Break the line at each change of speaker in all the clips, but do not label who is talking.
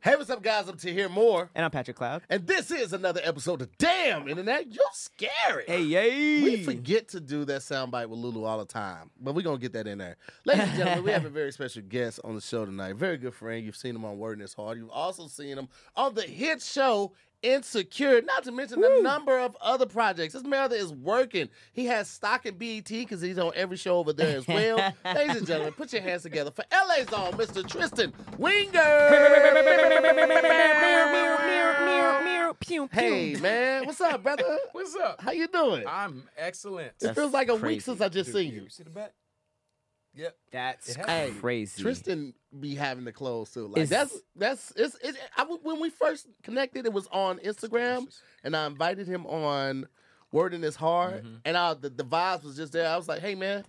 Hey, what's up, guys? I'm to hear more.
And I'm Patrick Cloud.
And this is another episode of Damn Internet. You're scary.
Hey, yay.
We forget to do that soundbite with Lulu all the time, but we're going to get that in there. Ladies and gentlemen, we have a very special guest on the show tonight. Very good friend. You've seen him on Word and It's Hard. You've also seen him on the hit show Insecure, not to mention a number of other projects. This brother is working. He has stock at BET because he's on every show over there as well. Ladies and gentlemen, put your hands together for LA's own Mr. Tristan Winger. Hey man, what's up, brother?
What's up?
How you doing?
I'm excellent.
it feels like a week
crazy,
since I just seen you.
See the back? Yep.
That's
It happened.
crazy.
Tristan be having the clothes too. Like
It's-
that's that's it's it, I, w- when we first connected, it was on Instagram, and I invited him on Word in His Heart,
Mm-hmm.
and I, the the vibes was just there. I was like, hey man.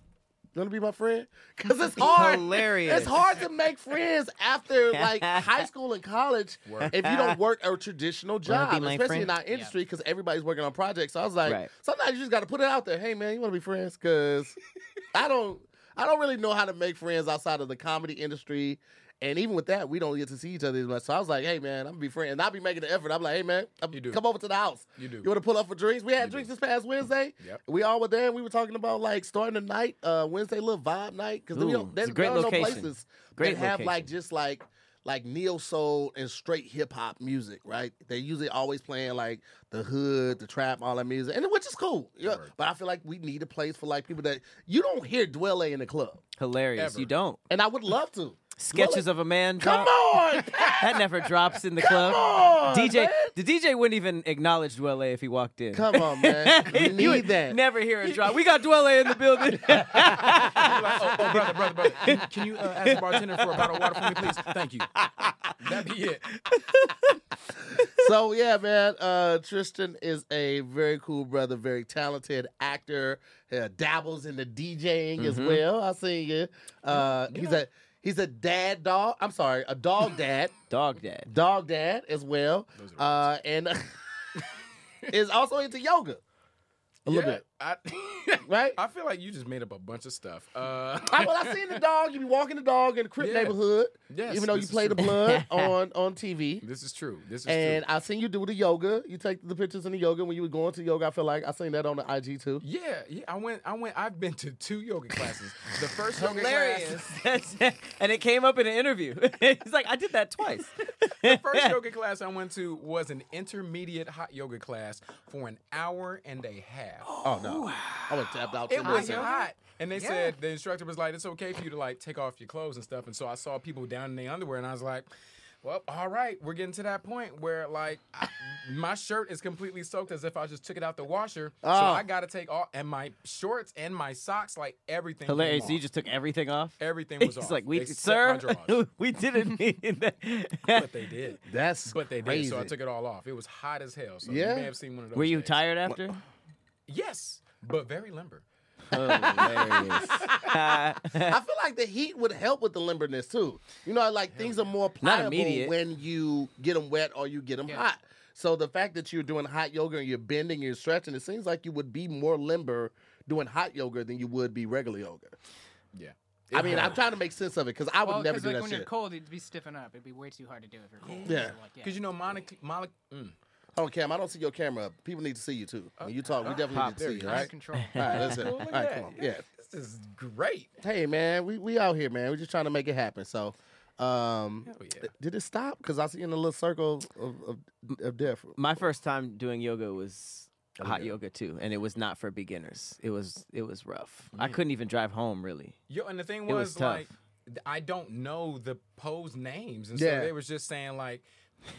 You want to be my friend? Because it's hard.
Hilarious.
It's hard to make friends after like high school and college
Work.
if you don't work a traditional job,
my
especially
friend?
in our industry because everybody's working on projects. So I was like,
Right.
sometimes you just got to put it out there. Hey man, you want to be friends? Because I don't I don't really know how to make friends outside of the comedy industry. And even with that, we don't get to see each other as much. So I was like, hey man, I'm gonna be friends. And I'll be making the effort. I'm like, hey man, I'm-
You do.
come over to the house.
You do.
You wanna pull up for drinks? We had drinks this past Wednesday.
Yep.
We all were there and we were talking about like starting a night, uh Wednesday little vibe night. Cause we
Ooh,
don't
it's
there,
a great
there are no
location.
places
Great
that have
location.
like just like like neo soul and straight hip hop music, right? They usually always playing like the hood, the trap, all that music, and which is cool. Yeah,
Word.
but I feel like we need a place for like people that you don't hear Dwelle in the club,
Hilarious.
Ever.
You don't.
and I would love to.
Sketches of a man.
Come
drop-
on,
That never drops in the club.
on,
DJ,
man.
the DJ wouldn't even acknowledge Dwelle if he walked in.
come on, man, you
You
need
would
that.
Never hear a drop. We got Dwelle in the building.
Like, oh, oh, brother, brother, brother. Can, can you uh, ask the bartender for a bottle of water for me, please? Thank you. That'd be it.
so yeah, man. Uh, Tristan is a very cool brother, very talented actor. Uh, dabbles in the DJing as
Mm-hmm.
well. I seen you. Uh, he's a he's a dad dog. I'm sorry, a dog dad,
Dog dad.
dog dad as well. Uh, and is also into yoga a little bit,
I,
right?
I feel like you just made up a bunch of stuff. Uh,
I, well, I seen the dog. You be walking the dog in the crib
Yeah.
neighborhood,
Yes,
even though
this
you
is
play the
true.
blood on on TV.
this is true. This is
And
true.
I seen you do the yoga. You take the pictures in the yoga when you were going to yoga. I feel like I seen that on the IG too.
Yeah, yeah. I went. I went. I've been to two yoga classes. The first yoga class.
That's- and it came up in an interview. He's like, I did that twice.
The first yoga class I went to was an intermediate hot yoga class for an hour and a half.
Oh no, I was tapped out.
It
too.
was
I-
hot. And they said the instructor was like, "It's okay for you to like take off your clothes and stuff." And so I saw people down in their underwear, and I was like, "Well, all right, we're getting to that point where like I, my shirt is completely soaked as if I just took it out the washer. So
Ah.
I got to take all and my shorts and my socks, like everything. came
Hilarious. So you
off.
just took everything off?
everything was
He's
off.
like, we,
except
sir,
my drawers.
we didn't mean that.
but they did.
That's
But they
crazy.
did. So I took it all off. It was hot as hell. So
Yeah.
you may have seen one of those.
Were you
days.
tired after?
Yes, but very limber.
I feel like the heat would help with the limberness too. You know, like things are more
Not
pliable
immediate.
when you get them wet or you get them hot. So the fact that you're doing hot yoga and you're bending, you're stretching, it seems like you would be more limber doing hot yoga than you would be regular yoga.
Yeah.
I mean, I'm trying to make sense of it because I would
Well,
never
'cause,
do
like
that
when
shit.
you're cold, it'd be stiffen up. It'd be way too hard to do if you're cold.
Yeah.
So, like, yeah.
Because you know, monocle, monocle, mm,
Oh, Cam, I don't see your camera. People need to see you too. When you talk, we definitely
Pop,
need to
Uh, there
see
you
you,
go.
all
Under
right?
control.
All right, that's it.
Cool,
All
look
right,
at
come on.
that.
Yeah.
This is great.
Hey, man, we, we out here, man. We're just trying to make it happen. So, um,
yeah.
th- did it stop? Because I see in a little circle of, of, of death.
My first time doing yoga was hot yoga too, and it was not for beginners. It was it was rough.
Mm.
I couldn't even drive home really.
Yo, and the thing
It
was,
was tough.
like, th- I don't know the pose names, and
Yeah.
so they was just saying like,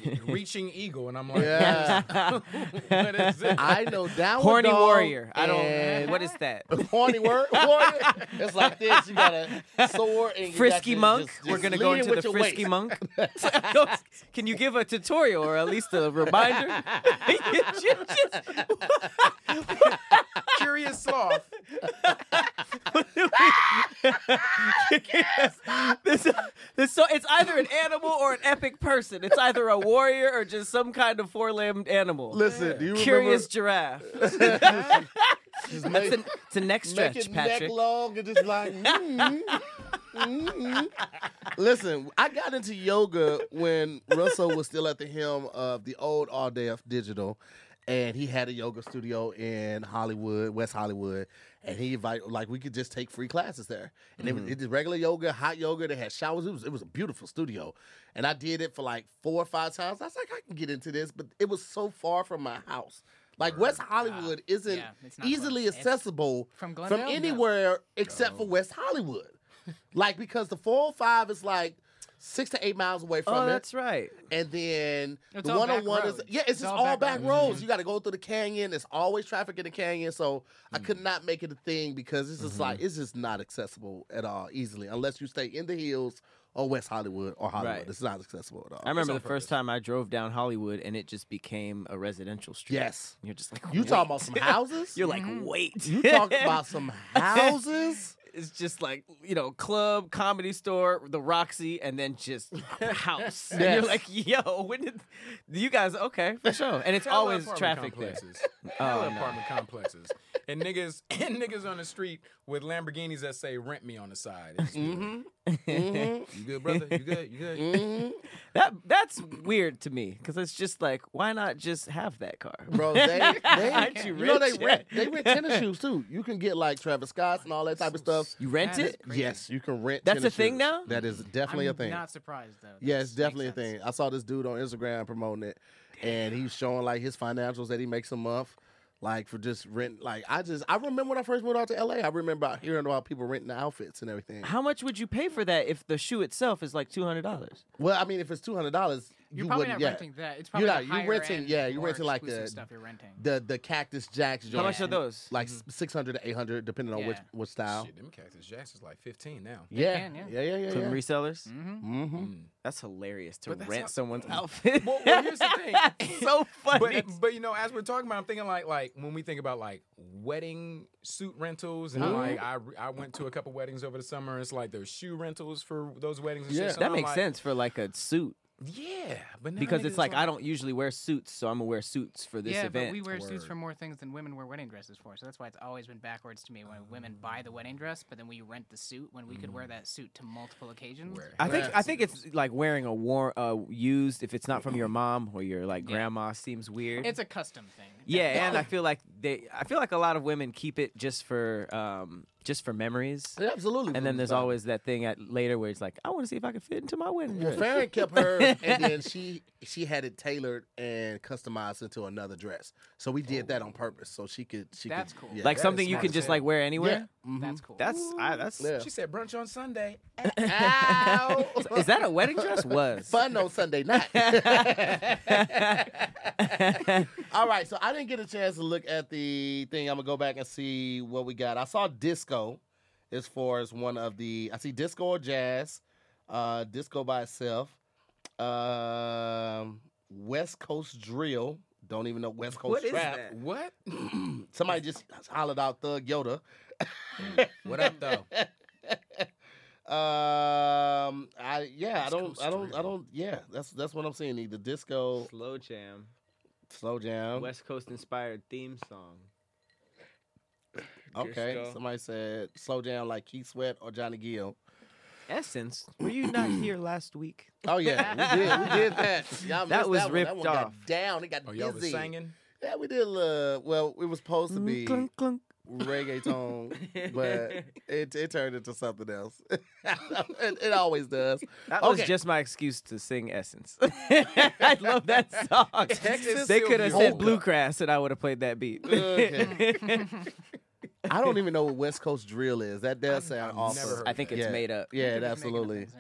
reaching eagle, and I'm like,
Yeah.
what is this?
I know downward
Horny
dog
warrior. I don't.
and-
What is that?
horny word warrior. It's like this. You got a sword and you got
Frisky
to
monk.
just-
We're
just
gonna go
lean
into
with
the
your
frisky
weight.
monk. Can you give a tutorial or at least a reminder?
Curious sloth.
this, this, so it's either an animal or an epic person. It's either a warrior or just some kind of four-limbed animal.
Listen, do you
Curious giraffe.
remember?
That's
Just
an, it's a
make,
neck stretch,
make it
Patrick.
neck long and just like. mm, mm. Listen, I got into yoga when Russell was still at the helm of the old All Day of Digital, and he had a yoga studio in Hollywood, West Hollywood, and he invited like we could just take free classes there, and
Mm-hmm.
it was it did regular yoga, hot yoga. They had showers. It was it was a beautiful studio, and I did it for like four or five times. I was like, I can get into this, but it was so far from my house. Like West Hollywood isn't
Yeah, it's not
easily
close. It's-
accessible
From Glendale? No.
anywhere except for West Hollywood. like because the 405 is like six to eight miles away from
Oh,
it,
that's right.
and then
It's
the
all back
101 is
roads.
yeah, it's,
It's
just
all
all back, roads.
back roads.
Mm-hmm.
You got to go through the canyon. There's always traffic in the canyon, so I
Mm-hmm.
could not make it a thing because it's just like it's just not accessible at all easily unless you stay in the hills or West Hollywood or Hollywood.
Right.
It's not accessible at all.
I remember
on
the first
purpose.
time I drove down Hollywood and it just became a residential street.
Yes.
You're just like,
You
wait.
talking about some houses?
You're like, wait.
you talking about some houses?
it's just like, you know, club, comedy store, the Roxy, and then just house. And
Yes.
you're like, yo, when did you guys, okay, for sure. And it's
Hella
always
apartment
traffic there.
complexes. Hella
Oh,
apartment complexes. And niggas and niggas on the street with Lamborghinis that say rent me on the side. It's just like,
Mm-hmm.
You good, brother? You good? You good?
That That's weird to me because it's just like, why not just have that car?
Bro, they, they
Aren't you
you, know they
rich?
rent they rent tennis shoes too. You can get like Travis Scott's and all that type of stuff.
You rent
That is
it?
crazy.
Yes, you can rent.
That's a
tennis
thing
shoes.
now?
That is definitely
I'm
a thing.
Not surprised though. That
yeah, it's
makes
definitely a
sense.
thing. I saw this dude on Instagram promoting it, and he's showing like his financials that he makes a month, like for just rent. Like I just I remember when I first moved out to LA, I remember out hearing about people renting outfits and everything.
How much would you pay for that if the shoe itself is like $200?
Well, I mean, if it's two hundred dollars,
You're
you
probably
wouldn't.
not
yeah.
renting that. It's probably
not-
the
you're
higher
renting-
end,
yeah, you're
more
renting like uh,
exclusive
the-
stuff you're renting.
The the Cactus Jacks.
How
joints,
much are those?
Like six hundred to eight hundred, depending on which
Mm-hmm. Yeah.
what style.
Shit, them Cactus Jacks is like 15 now.
Yeah.
can, yeah.
yeah, yeah, yeah,
From
yeah.
resellers?
Mm-hmm.
That's hilarious to
But that's
rent
how-
someone someone's outfit.
Well, well, here's the thing.
That's so funny.
But, but you know, as we're talking about, I'm thinking like like when we think about like wedding suit rentals, and
Mm-hmm.
like I re- I went to a couple weddings over the summer. It's like there's shoe rentals for those weddings. And
Yeah.
shit. So
that
I'm
makes
like,
sense for like a suit
Yeah, but now
because
niggas
it's like I don't usually wear suits, so I'm gonna wear suits for this
yeah,
event.
but we wear suits
Word.
for more things than women wear wedding dresses for. So that's why it's always been backwards to me when women buy the wedding dress, but then we rent the suit when we could wear that suit to multiple occasions.
Where-
I think I think it's like wearing a war uh, used if it's not from your mom or your like grandma seems weird.
It's a custom thing.
yeah, and I feel like they I feel like a lot of women keep it just for um just for memories.
Yeah, absolutely.
And then there's
always.
always that thing at later where it's like I want to see if I can fit into my wedding.
Well,
dress.
Farron kept her, and then she she had it tailored and customized into another dress. So we did that on purpose, so she could. She
That's
could,
cool.
yeah.
like
that
something
is
you
smart
can
as
just
hell.
like wear
Yeah.
anywhere.
That's
Mm-hmm.
cool.
That's I, that's
Yeah.
She said brunch on Sunday.
Ow.
is that a wedding dress was
fun on Sunday night? All right, so I didn't get a chance to look at the thing. I'm gonna go back and see what we got. I saw disco, as far as one of the. I see disco or jazz, uh, disco by itself, um, West Coast drill. Don't even know West Coast
What is
rap.
that?
What?
Somebody just hollered out Thug Yoda.
What up though?
Um, I yeah, I
West
don't,
Coast
I don't, I
drill.
don't. Yeah, that's that's what I'm saying. Either disco,
slow jam
slow jam.
Coast inspired theme song.
okay,
disco.
somebody said slow jam like Keith Sweat or Johnny Gill.
Essence, were you not here last week?
Oh yeah, we did, we did that. Y'all
That
missed
was
one. that
ripped
one got
off.
down. It got
Oh, y'all was
busy.
singing.
Yeah, we did. Uh, well, it was supposed to be
Mm, Clunk, clunk.
reggaeton, but it it turned into something else. it, it always does.
That
Okay.
was just my excuse to sing Essence. I love that song.
Texas
they could have said
Sylvia.
Bluegrass and I would have played that beat.
Okay. I don't even know what West Coast drill is. That does
I've
sound
never
awesome.
heard
I think it's
Yeah.
made up.
Yeah,
They're
it
just making up
absolutely.
things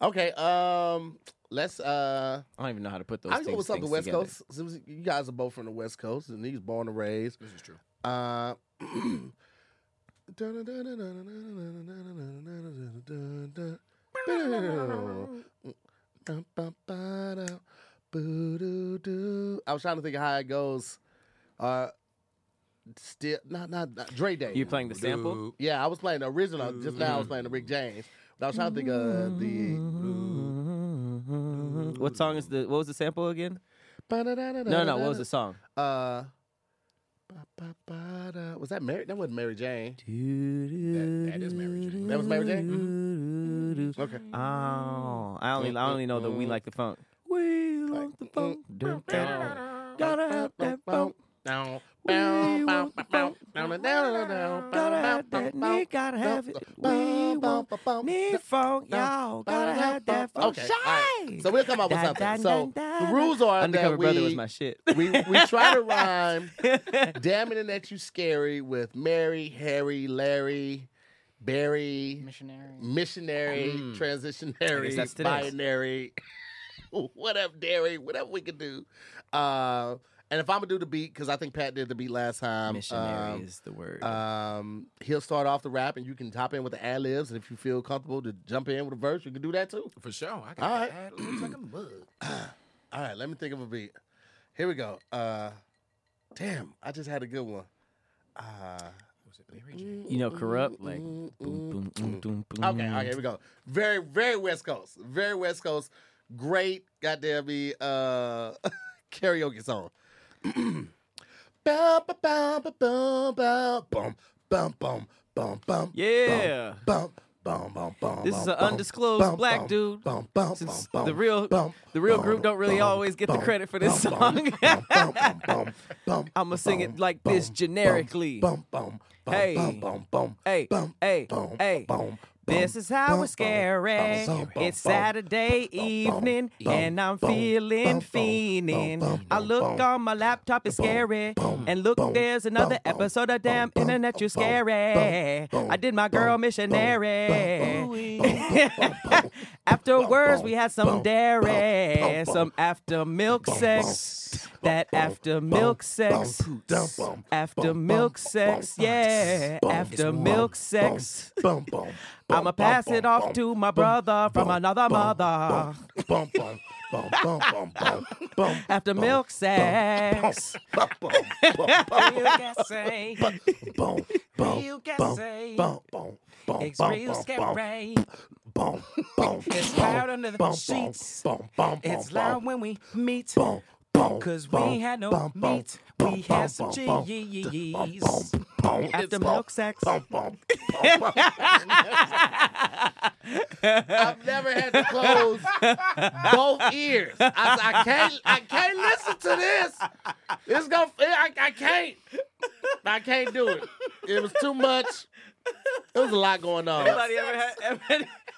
now.
Okay. Um, Let's uh
I don't even know how to put those.
I go
things-
with something
things
West
together.
Coast. since You guys are both from the West Coast, and he's born and raised.
This is true.
Uh, I was trying to think of how it goes. Uh, still not not, not Dre Day.
You playing the sample?
Yeah, I was playing the original. Just now, I was playing the Rick James. But I was trying to think of the.
Mm-hmm. What song is the? What was the sample again? No, no. What was the song?
Uh, ba, ba, ba, da. was that Mary? That wasn't Mary Jane.
That, that is Mary Jane.
That was Mary Jane. Okay.
Oh, I only, I only know that we like the funk. We like the
eh,
funk. Dun, dun. Gotta have that funk. We want the funk. Gotta have that need, gotta have it. We want need funk, y'all. Gotta have that funk.
Okay. all right. So we'll come up with something. So the rules are
Undercover
that we,
Brother was my shit.
we we try to rhyme "Damn it and that you scary" with Mary, Harry, Larry, Barry,
Missionary.
missionary,
I guess Mm. that's
transitionary,
today's.
binary, whatever, dairy, whatever we can do. Uh, and if I'm gonna do the beat, because I think Pat did the beat last time.
Missionary
um,
is the word.
um, he'll start off the rap, and you can top in with the ad libs. And if you feel comfortable to jump in with a verse, you can do that too.
For sure. I
All
got
right.
the ad libs like a mug.
All right, let me think of a beat. Here we go. Uh, damn, I just had a good one. Uh,
Was it Mary Jane?
you know, corrupt. Like, boom, boom, boom, boom, boom.
Okay, okay, here we go. Very, very West Coast. Very West Coast. Great goddamn me uh karaoke song. Bum, ba, bum, ba, bum, ba, bum, bum, bum, bum, bum,
Yeah.
bum, bum, bum, bum,
This is
bum,
an
bum,
undisclosed
bum,
black
bum,
dude.
bum, bum,
Since
bum,
the
bum,
real-
bum,
the real
bum,
group don't really
bum,
always get the
bum,
credit for this
bum, bum,
song.
bum, bum, bum, bum,
I'ma sing it
bum,
like
bum,
this
bum,
generically.
bum, bum, bum,
Hey.
bum, bum, bum,
Hey,
bum,
hey,
bum,
hey.
bum,
This
bum,
is how
bum,
it's scary.
bum, bum,
It's
bum,
Saturday
bum,
evening,
bum,
and I'm
bum,
feeling
bum, bum, bum,
fiending. I
bum,
look
bum,
on my laptop, it's
bum,
scary.
bum,
And look,
bum,
there's another
bum, bum,
episode of damn
bum, bum,
internet, you're
bum,
scary.
bum, bum,
I did my girl
bum, bum, bum,
missionary.
bum, bum, bum, bum,
Afterwards, we had
bum,
some
bum,
dairy,
bum, bum,
some after milk
bum,
sex.
bum,
That
bum,
after
bum,
milk
bum,
sex.
dum, bum,
After
bum,
milk
bum,
sex,
bum,
yeah.
bum,
After
bum,
milk
bum,
sex.
bum, bum,
I'ma
bum,
pass
bum,
it off
bum,
to my
bum,
brother from
bum,
another
bum,
mother.
Bum, bum, bum, bum, bum, bum, bum,
After
bum,
milk
bum,
sex.
bum, bum, bum, bum,
You can say,
bum, bum,
You can
bum,
say
bum, bum, bum,
it's
bum,
real
bum,
scary.
bum, bum,
It's
bum,
loud under the
bum, bum,
sheets.
bum, bum,
It's
bum,
loud when we meet.
bum, bum,
Cause we
bum,
ain't had no
bum, bum,
meat.
bum,
We
bum,
had some
bum, bum,
cheese.
bum, bum, bum.
After
It's
milk sex.
bum, bum, bum, bum, bum. I've never had to close both ears. I, I can't. I can't listen to this. It's gonna. I, I can't. I can't do it. It was too much. There was a lot going on.
Anybody ever had ever,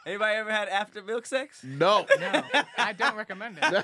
anybody ever had after milk sex?
No.
No, I don't recommend it. no.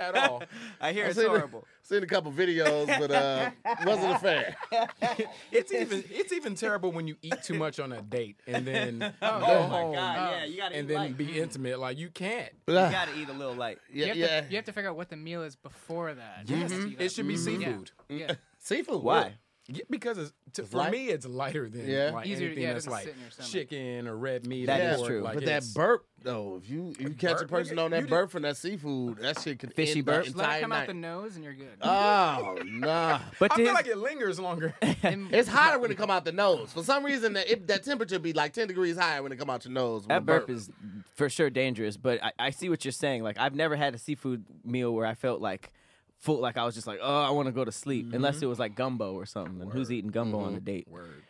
At all.
I hear
I've
it's
seen a-
horrible.
Seen a couple videos, but uh, wasn't a fan.
It's even it's even terrible when you eat too much on a date and then
Oh, my god, yeah, you gotta
and
eat
then
light.
be intimate. Like you can't.
you gotta eat a little light.
You,
uh, Yeah,
have
yeah.
to, you have to figure out what the meal is before that. Yes, you gotta-
Mm-hmm. It should be
Mhm.
seafood.
Mm.
Yeah. yeah.
Seafood.
Why?
Yeah, because it's, to, for
light?
me, it's lighter than
Yeah.
like
Easier to-
anything
yeah, it
that's
doesn't
like
sit in your stomach.
chicken or red meat.
That
or
is
pork,
true.
Like
but that
it's-
burp though, if you you catch a
burp,
person on
nigga, you
that
did-
burp from that seafood, that shit can end
Fishy
the
burp?
Let
Entire
it come out
night.
the nose and you're good.
Oh nah.
But
I
to
feel
his,
like it lingers longer.
And
It's hotter when it come out the nose. For some reason, that, it, that temperature be like ten degrees higher when it come out your nose. with a
that burp is for sure dangerous. But I, I see what you're saying. Like I've never had a seafood meal where I felt like full, like I was just like, oh, I want to go to sleep.
Mm-hmm.
Unless it was like gumbo or something. And who's eating gumbo on a date?
Word.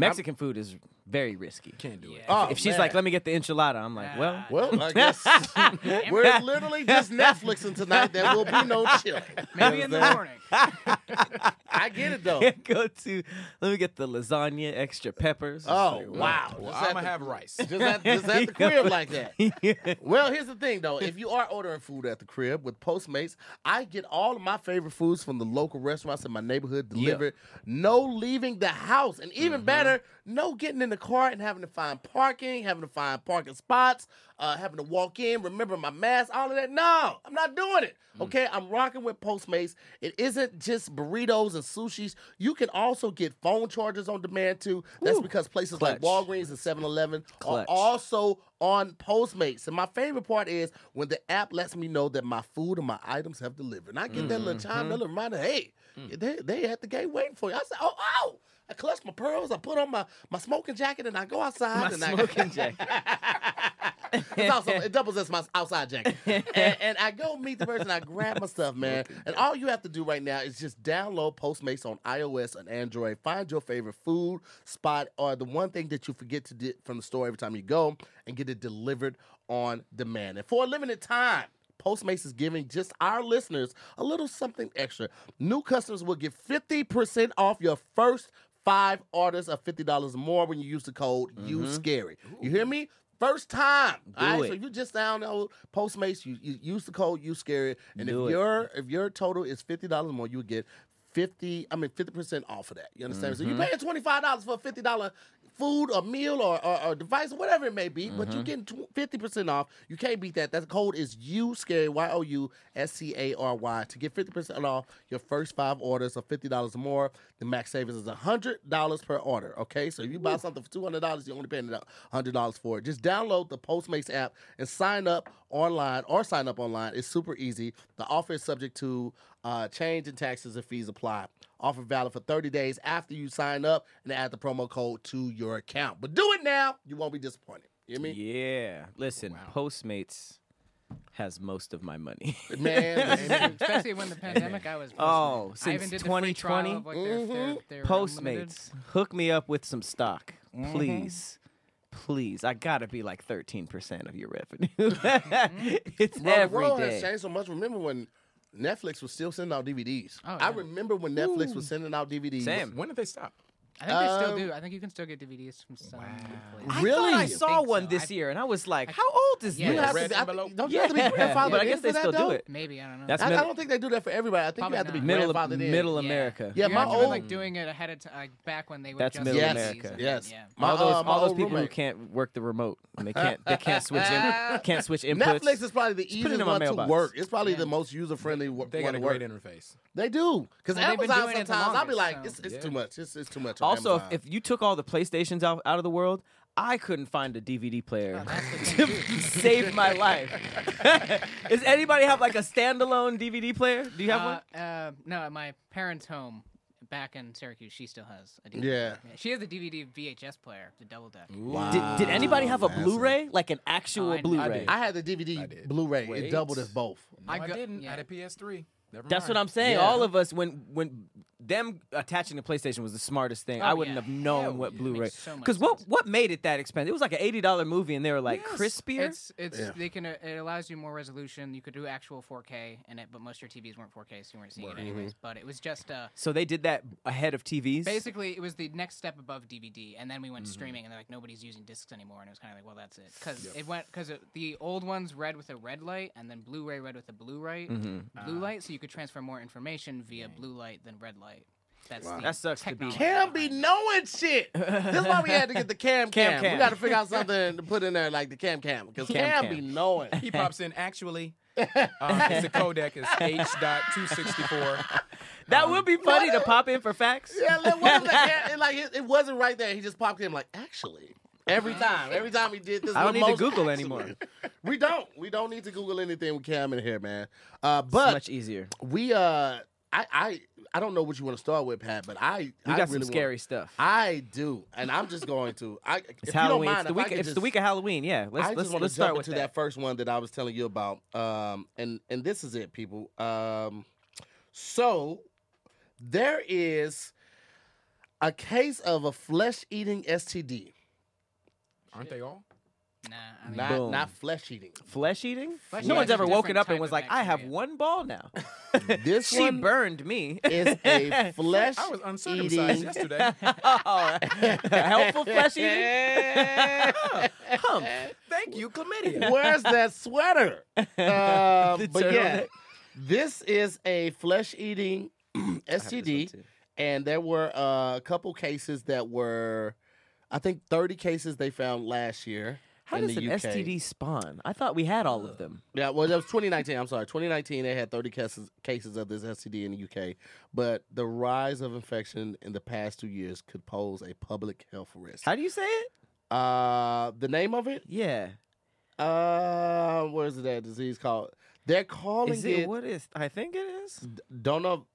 Mexican food is very risky.
Can't do it.
Oh,
if she's
man.
like, let me get the enchilada, I'm like, well,
well, I guess we're literally just Netflixing tonight. There will be no chilling.
maybe in the morning.
I get it though.
go to, let me get the lasagna, extra peppers.
Oh wow!
Well,
Just
I'm
at
gonna
the-
have rice.
Just at, just at the crib like that. Well, here's the thing though. If you are ordering food at the crib with Postmates, I get all of my favorite foods from the local restaurants in my neighborhood delivered. No leaving the house. And even better, no getting in the car and having to find parking, having to find parking spots, uh, having to walk in, remember my mask, all of that. No, I'm not doing it. Okay, I'm rocking with Postmates. It isn't just burritos and sushis. You can also get phone chargers on demand too. That's because places like
Clutch.
Walgreens and 7-Eleven are
Clutch.
also on Postmates. And my favorite part is when the app lets me know that my food and my items have delivered. And I get that little
Mm-hmm.
chime, that little reminder, hey,
Mm.
they, they at the gate waiting for you. I said, oh, oh. I clutch my pearls, I put on my, my smoking jacket, and I go outside. and I,
Smoking Jack.
it's also, it doubles as my outside jacket. and, and I go meet the person, I grab my stuff, man. And all you have to do right now is just download Postmates on iOS and Android. Find your favorite food spot or the one thing that you forget to get from the store every time you go and get it delivered on demand. And for a limited time, Postmates is giving just our listeners a little something extra. New customers will get 50% off your first five orders of $50 more when you use the code you scary. You hear me? First time. all right? So
it.
you just download Postmates, you, you use the code you scary. And
Do
if
it.
your if your total is fifty dollars more, you get fifty. I mean fifty percent off of that. You understand? So
Mm-hmm.
you're paying twenty five dollars for a fifty dollar food or meal or, or, or device or whatever it may be, but
Mm-hmm.
you're getting fifty percent off. You can't beat that. That code is you scary y o u s c a r y to get fifty percent off your first five orders of fifty dollars or more. The max savings is hundred dollars per order. Okay, so if you buy something for two hundred dollars, you're only paying hundred dollars for it. Just download the Postmates app and sign up online or sign up online. It's super easy. The offer is subject to uh, change in taxes and fees apply. Offer valid for 30 days after you sign up and add the promo code to your account. But do it now. You won't be disappointed. You hear me?
Yeah. Listen, Postmates has most of my money.
Man, listen,
Especially when the pandemic, I was.
Oh,
Postmates. I
since
even did the free trial
2020?
of, like, their-
Mm-hmm.
their- their um, unlimited.
Postmates, hook me up with some stock,
Mm-hmm.
please. Please, I gotta be like thirteen percent of your revenue.
bro,
it's
Mm-hmm. the
every
world
day.
has changed so much. Remember when Netflix was still sending out DVDs?
Oh,
I
yeah.
remember when Netflix was sending out DVDs.
Same.
When did they stop?
I think they still do. I think you can still get DVDs from some places.
I thought I
Um, Really?
saw
Think
one
so.
this
I-
year, and I was like, "How old is
Yeah.
You
The
have
this?"
to,
red
be- I
envelope?
think- don't you have to be grandfathered
but I
in
guess
for
they
that,
still
though?
do it.
Maybe I don't know.
That's
I, I
middle-
don't think they do that for everybody. I think
Probably
you have to be
not.
Middle,
grandfathered in.
middle
Yeah.
America.
Yeah,
You
my
have to be,
old
like doing it ahead of time, like back when they would
That's
just
middle
release
America.
them.
Yes,
Yeah.
My,
all those,
uh, my
all those
old
people who
roommate.
can't work the remote and they can't they can't switch in, can't switch inputs.
Netflix is probably the
put it
easiest
in my
one to
mailbox.
work. It's probably the most user friendly one
They got
to
a
work.
great interface.
They do. Because
Well, they've been
Amazon
doing it
sometimes
the
I'll be
longest,
like,
so-
it's, it's
Yeah.
too much. It's, it's too much. on
also, if,
Amazon.
if you took all the PlayStations out, out of the world, I couldn't find a DVD
Oh,
player to save my life. Does anybody have like a standalone DVD player? Do you have one?
Uh, uh, no, at my parents' home back in Syracuse, she still has a DVD.
Yeah.
player. She has a DVD VHS player, the double deck.
Did, did anybody have a Blu-ray, like an actual
I- I
Blu-ray?
I had the DVD
did.
Blu-ray. It
Wait.
doubled us both.
No, I,
go-
didn't.
yeah.
I had a PS3. Never
That's
mind.
what I'm saying.
Yeah.
All of us, when when them attaching the PlayStation was the smartest
Oh,
thing. I wouldn't
yeah.
have known
Hell
what
yeah.
Blu-ray
Makes so much
because what
sense.
what made it that expensive? It was like an eighty dollar movie, and they were like
Yes.
crispier.
It's it's they can uh, it allows you more resolution. You could do actual 4K in it, but most of your TVs weren't 4K, so you weren't seeing it anyways. But it was just uh
so they did that ahead of TVs.
basically it was the next step above DVD, and then we went streaming, and they're like nobody's using discs anymore, and it was kind of like well that's it because it went because the old ones read with a red light, and then Blu-ray read with a blue light, blue
Ah.
light, so you could transfer more information via blue light than red light. That's the
That sucks to be-
technology
Cam be
behind it.
knowing shit. That's why we had to get the Cam Cam.
Cam
We
Cam.
got to figure out something to put in there like the Cam Cam. Because Cam,
Cam
be
Cam.
knowing.
He pops in. Actually, um, it's the codec is H.264.
that would be funny to pop in for facts.
Yeah, like, what was that? Cam- It, like, it, it wasn't right there. He just popped in like, actually. Every time. Every time he did this.
I don't
little
need to
motion,
Google
actually.
anymore.
We don't. We don't need to Google anything with Cam in here, man. Uh,
It's
but
much e- easier.
we uh I I I don't know what you want to start with, Pat, but I
We
I
got some
really
scary
Want,
stuff.
I do, and I'm just going to. I
it's
if
Halloween.
You don't mind,
it's the
if I
week.
could
It's
just,
the week of Halloween. Yeah. Let's
I
let's,
just want
let's
to jump
start with
into that.
that.
first one that I was telling you about, um, and and this is it, people. Um, so there is a case of a flesh-eating STD,
Aren't they all?
Nah, I mean,
not
Boom.
not flesh-eating.
Flesh eating?
Flesh
no one's
eating
ever
is a
woken
different
up and
type
was
of
like, I have
bacteria.
one ball now.
This
she
one
burned me.
is a flesh.
I was uncircumcised
eating
yesterday.
oh, helpful flesh eating. Hump.
Thank you, chlamydia.
Where's that sweater? Uh, but yeah,
turtleneck.
this is a flesh-eating
this one
STD,
too.
and there were uh, a couple cases that were I think 30 cases they found last year.
How
in
does
the
an
UK.
STD spawn? I thought we had all of them.
Yeah, well, that was 2019. I'm sorry, 2019. They had 30 cases cases of this STD in the UK, but the rise of infection in the past two years could pose a public health risk.
How do you say it?
Uh, the name of it?
Yeah.
Uh, where is it? That disease called? They're calling
Is
it,
it, what is? I think it is
Dono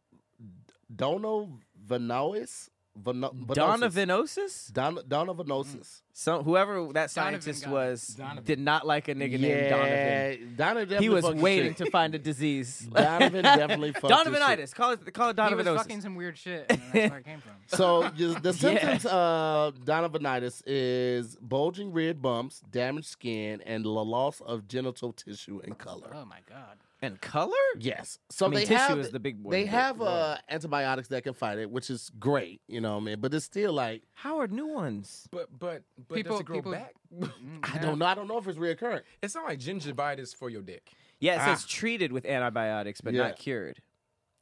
Donovanosis. Vano- venosis.
Donovanosis.
Don- Donovanosis.
So whoever that
Donovan
scientist
got it.
was
Donovan.
did not like a nigga named Donovan.
Donovan.
He was waiting to find a disease.
Donovan definitely fucked his shit.
Donovanitis. Call it call it
He was fucking
Donovanosis.
some weird shit, and that's where it came from.
So you- the symptoms of Donovanitis is bulging red bumps, damaged skin, and the loss of genital tissue and color.
Oh my god.
And color?
Yes. So
I mean,
they
tissue
have
is the big one,
They
but-
have uh, antibiotics that can fight it, which is great. You know what I mean? But it's still like
How are new ones?
But but but
People-
does it grow
people-
back?
Mm,
I don't know. I don't know if it's reoccurring.
It's not like gingivitis for your dick.
Yeah, it says treated with antibiotics but
Yeah.
not cured.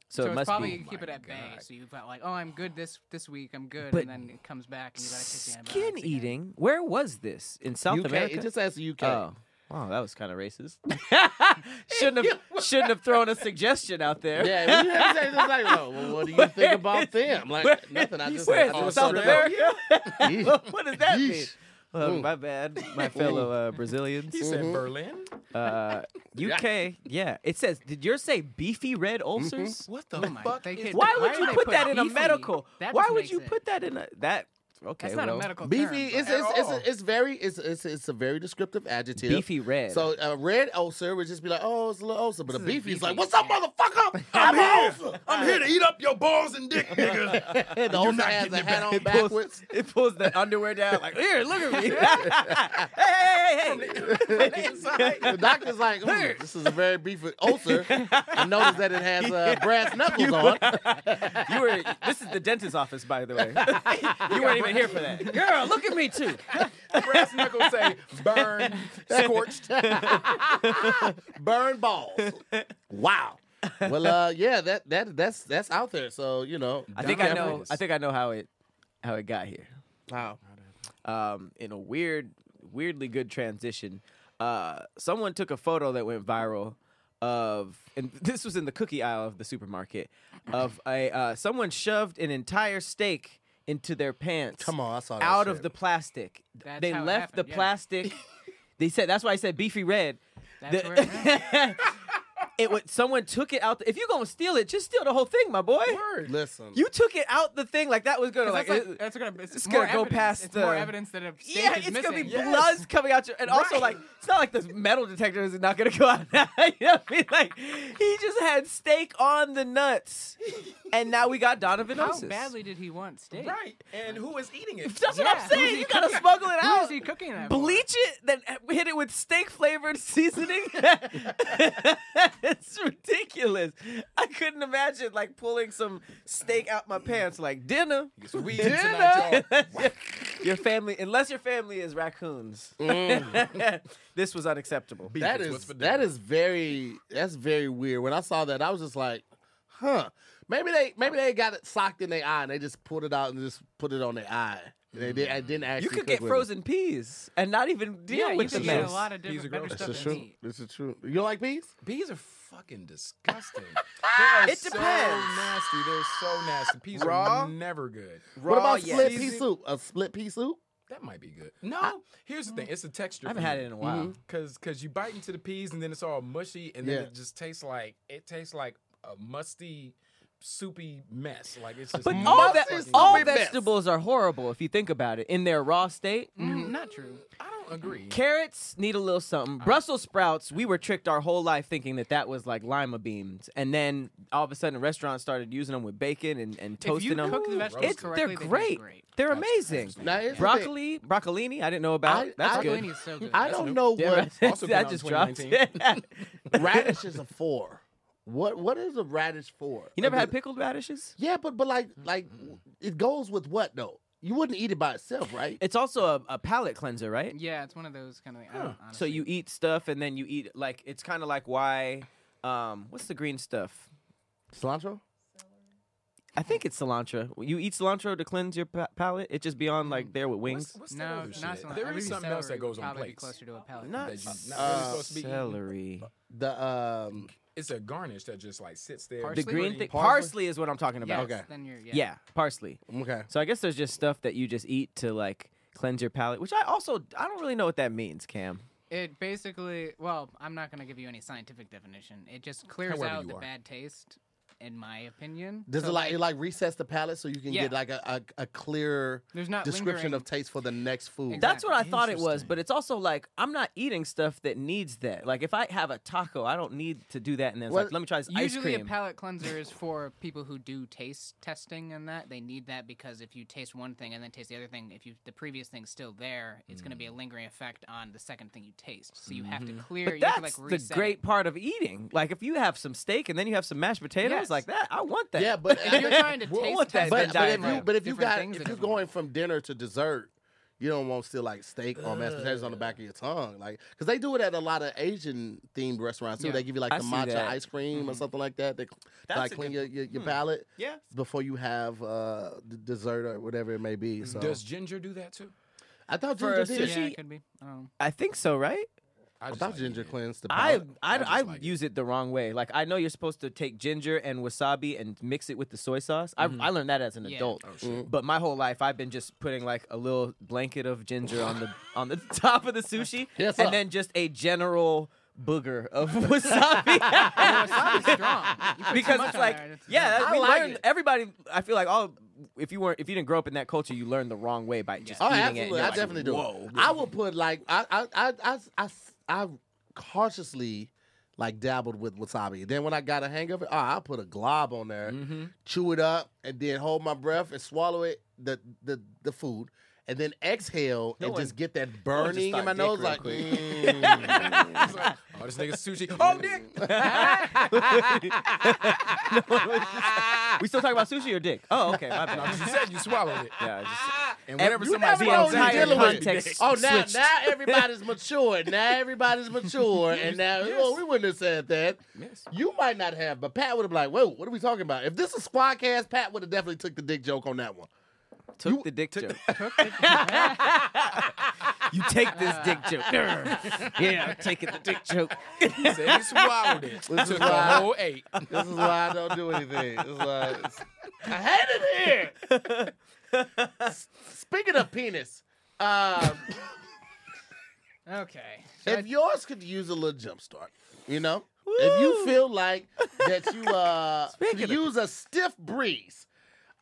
So,
So,
it
it's
must
probably
be.
you keep it
my
at bay.
God.
So you felt like, oh, I'm good this this week. I'm good,
But
and then it comes back, and you gotta take the antibiotics
Skin
again.
eating. Where was this? In South
UK.
America?
It just has the UK.
Oh. Wow, that was kind of racist. shouldn't have shouldn't have thrown a suggestion out there.
Yeah, when you have sex, it's like, well, well, what do you think about them? Like
Where-
nothing. I just
Where
I
is it?
just
South
said that.
America?
Yeah.
what does that mean?
Yeesh.
Well, my bad, my fellow uh, Brazilians.
He said Berlin.
Uh, UK, yeah. It says, did yours say beefy red ulcers?
What the
Oh my-
fuck?
they
is-
could-
Why
Why
would
do
you
they
put
put
that in a
beefy?
medical?
That
Why
just
would
makes
you
it-
put that in a that? Okay,
That's not
well,
a medical term,
Beefy
but-
is it's, it's,
all.
it's, it's very it's, it's it's a very descriptive adjective.
Beefy red.
So a red ulcer would just be like, oh, it's a little ulcer, but a
This is a
beefy is like,
beefy.
what's up, motherfucker? I'm here. Ulcer.
I'm here to eat up your balls and dick, nigga.
And the ulcer has a hat on
It pulls-
backwards.
It pulls that underwear down like here. Look at me. hey, hey, hey, hey, hey.
The doctor's like, "Hmm, this is a very beefy ulcer. I noticed that it has uh, brass knuckles on.
You were. This is the dentist's office, by the way. You weren't even here for that. Girl, look at me too.
Brass knuckles say burn, scorched.
Burn balls. Wow. Well, uh, yeah, that that that's that's out there. So you know,
I think I know. I think I know how it how it got here.
Wow.
um, in a weird, weirdly good transition. Uh, someone took a photo that went viral of, and this was in the cookie aisle of the supermarket, of a uh, someone shoved an entire steak into their pants.
Come on, I saw that
out of
shit.
the plastic.
That's
they
how it
left
happened,
the
yeah.
plastic. they said that's why I said beefy red.
That's
The-
where it went.
it would. Someone took it out. The, if you're gonna steal it, just steal the whole thing, my boy.
Listen,
You took it out the thing like that was gonna
'Cause
like.
that's, like,
it-
that's gonna, it's,
it's
more
gonna go
evidence.
past
It's
the-
more evidence that a steak
yeah,
is
it's
missing.
gonna be blood coming out your, and also like it's not like the metal detector is not gonna go out. now. you know what I mean? Like he just had steak on the nuts, and now we got Donovan.
How badly did he want steak?
Right. And who is eating it?
That's what I'm
Yeah.
saying.
Who's he
You gotta
cooking-
smuggle it
Who
out.
is he cooking that? for?
Bleach it, then hit it with steak flavored seasoning. it's ridiculous. I couldn't imagine like pulling some steak out my pants like dinner.
It's weed tonight, y'all.
your family, unless your family is raccoons,
Mm.
this was unacceptable.
that
It's what's
is
for
that
dinner.
is very that's very weird. When I saw that, I was just like, huh. Maybe they maybe they got it socked in their eye and they just pulled it out and just put it on their eye. They, did I didn't actually.
You could
cook
get
with
frozen peas and not even deal
Yeah, you
with the
can get
mess.
a lot of
These are
different better
gross.
It. This
stuff
is
than
true.
meat.
This is true. You don't like bees?
Bees are fucking disgusting. They are
It
So
depends.
nasty. They're so nasty. Peas
Raw?
are never good.
what about
yes.
split pea soup? A split pea soup?
That might be good. No, here's the thing. It's a texture. Mm-hmm.
I haven't had it in a while.
Cause, cause you bite into the peas and then it's all mushy and then
Yeah.
it just tastes like it tastes like a musty, soupy mess. Like it's just.
But
not
all, that,
fucking
is
all
the best.
vegetables are horrible if you think about it. In their raw state,
Mm, not true.
I don't agree.
carrots need a little something.
Uh-huh.
Brussels sprouts, we were tricked our whole life thinking that that was like lima beans. And then all of a sudden, restaurants started using them with bacon and, and
If
toasting
you
them.
cook the vegetables
It's-
correctly,
they're
they taste
great.
great.
They're amazing.
Now, here's the thing.
Broccoli, broccolini, I didn't know about.
I-
That's
I-
good.
Broccolini is so good.
I
That's
don't
new.
know
Yeah,
what
right.
Also
that
pronounced
just dropped.
2019.
radish is a for. What what is a radish for?
you never
Other-
had pickled radishes?
Yeah, but but like like it goes with what though? You wouldn't eat it by itself, right?
It's also a, a palate cleanser, right?
Yeah, it's one of those kind of things. I don't
So
honestly-
you eat stuff and then you eat like it's kind of like why um what's the green stuff?
Cilantro?
I think it's cilantro. You eat cilantro to cleanse your pa- palate. It just beyond like there with wings.
Mm. What's, what's that
No,
other
not
shit?
cilantro. I
There
believe
is something else
celery
that goes
would
on
probably be
plates.
closer to a palate.
not
that you're not really
uh,
supposed to be eating.
celery.
The um,
It's a garnish that just like sits there.
The
The
Parsley?
green thing.
thing.
Parsley? is what I'm talking
Yes,
about.
Okay.
Then you're yeah.
Yeah. parsley.
Mm,
okay.
So I guess there's just stuff that you just eat to like cleanse your palate, which I also I don't really know what that means, Cam.
It basically, well, I'm not going to give you any scientific definition. It just clears
However
out
you
the
are.
bad taste, in my opinion.
Does
So,
it like it like recess the palate so you can
Yeah.
get like a, a, a clearer
There's not
description of
lingering-
taste for the next food?
Exact-
That's what I thought it was,
Interesting.
but it's also like I'm not eating stuff that needs that. Like if I have a taco, I don't need to do that. And then it's
Well,
like, let me try this ice
Usually,
cream.
a palate cleanser is for people who do taste testing and that they need that because if you taste one thing and then taste the other thing, if you the previous thing's still there, it's going to be a lingering effect on the second thing you taste. So you have to clear.
Mm. Mm-hmm. but
you have to, like,
that's the
reset it.
great part of eating. Like if you have some steak and then you have some mashed potatoes,
Yes.
like that, I want that.
Yeah, but
If you're trying to
Well,
taste
what
test
but,
that- Venn
but if
different-
you but if you
different
got
things
if
at
you're
different-
going from dinner to dessert, you don't want still like steak or mashed potatoes on the back of your tongue, like because they do it at a lot of Asian themed restaurants too.
Yeah.
They give you like
I
the
see
matcha
that.
ice cream or something like that. They
That's
like
a
clean
good-
your, your, your palate
yeah.
before you have uh, d- dessert or whatever it may be. So
Does ginger do that too?
I thought
for
ginger
a
did.
sushi-
yeah,
Sushi-
it could be. Oh. I don't know.
I think so, right?
I
I just
thought
like
ginger
eating it.
cleansed the
I
palate.
I,
just
I,
like it.
use it. the wrong way. Like I know you're supposed to take ginger and wasabi and mix it with the soy sauce. I, I learned that as an
Yeah.
adult. Mm-hmm.
Oh, shit.
But my whole life I've been just putting like a little blanket of ginger on the on the top of the sushi
Yes,
and
sir.
then just a general booger of wasabi.
It's strong. You put too
because
much
it's
on
like
there and it's-
yeah, that,
I
we
like
learned
it.
everybody I feel like all if you weren't if you didn't grow up in that culture, you learned the wrong way by just
Oh,
eating
absolutely.
it. and you're
I
like,
definitely do.
Whoa.
I will put like I I I I, I, I cautiously like dabbled with wasabi. Then when I got a hang of it, oh, I put a glob on there,
Mm-hmm.
chew it up, and then hold my breath and swallow it the the the food. And then exhale and
one-
just get that
one just
burning in
thought
my
dick
nose,
real
like
quick.
mm.
It's like, oh, this nigga's sushi. Oh, dick.
we still talking about sushi or dick? Oh, okay. My
No,
bad.
'cause you said you swallowed it.
Yeah, I just-
And whenever
You
somebody
never
the
know what
swallows it,
you're
entire
dealing with.
context.
Oh, now
switched.
now everybody's matured. Now everybody's mature, and now oh, we wouldn't have said that. You might not have, but Pat would have been like, "Whoa, what are we talking about?" If this is Squadcast, Pat would have definitely took the dick joke on that one.
took the dick joke. you take this dick joke. yeah, I'm taking the dick joke.
he said he swallowed it.
This is
Took
why-
a whole eight.
This is why I don't do anything. This is why it's- I had it here. S- Speaking of penis, um,
Okay.
if yours could use a little jump start, you know, if you feel like that you uh could
of-
use a stiff breeze,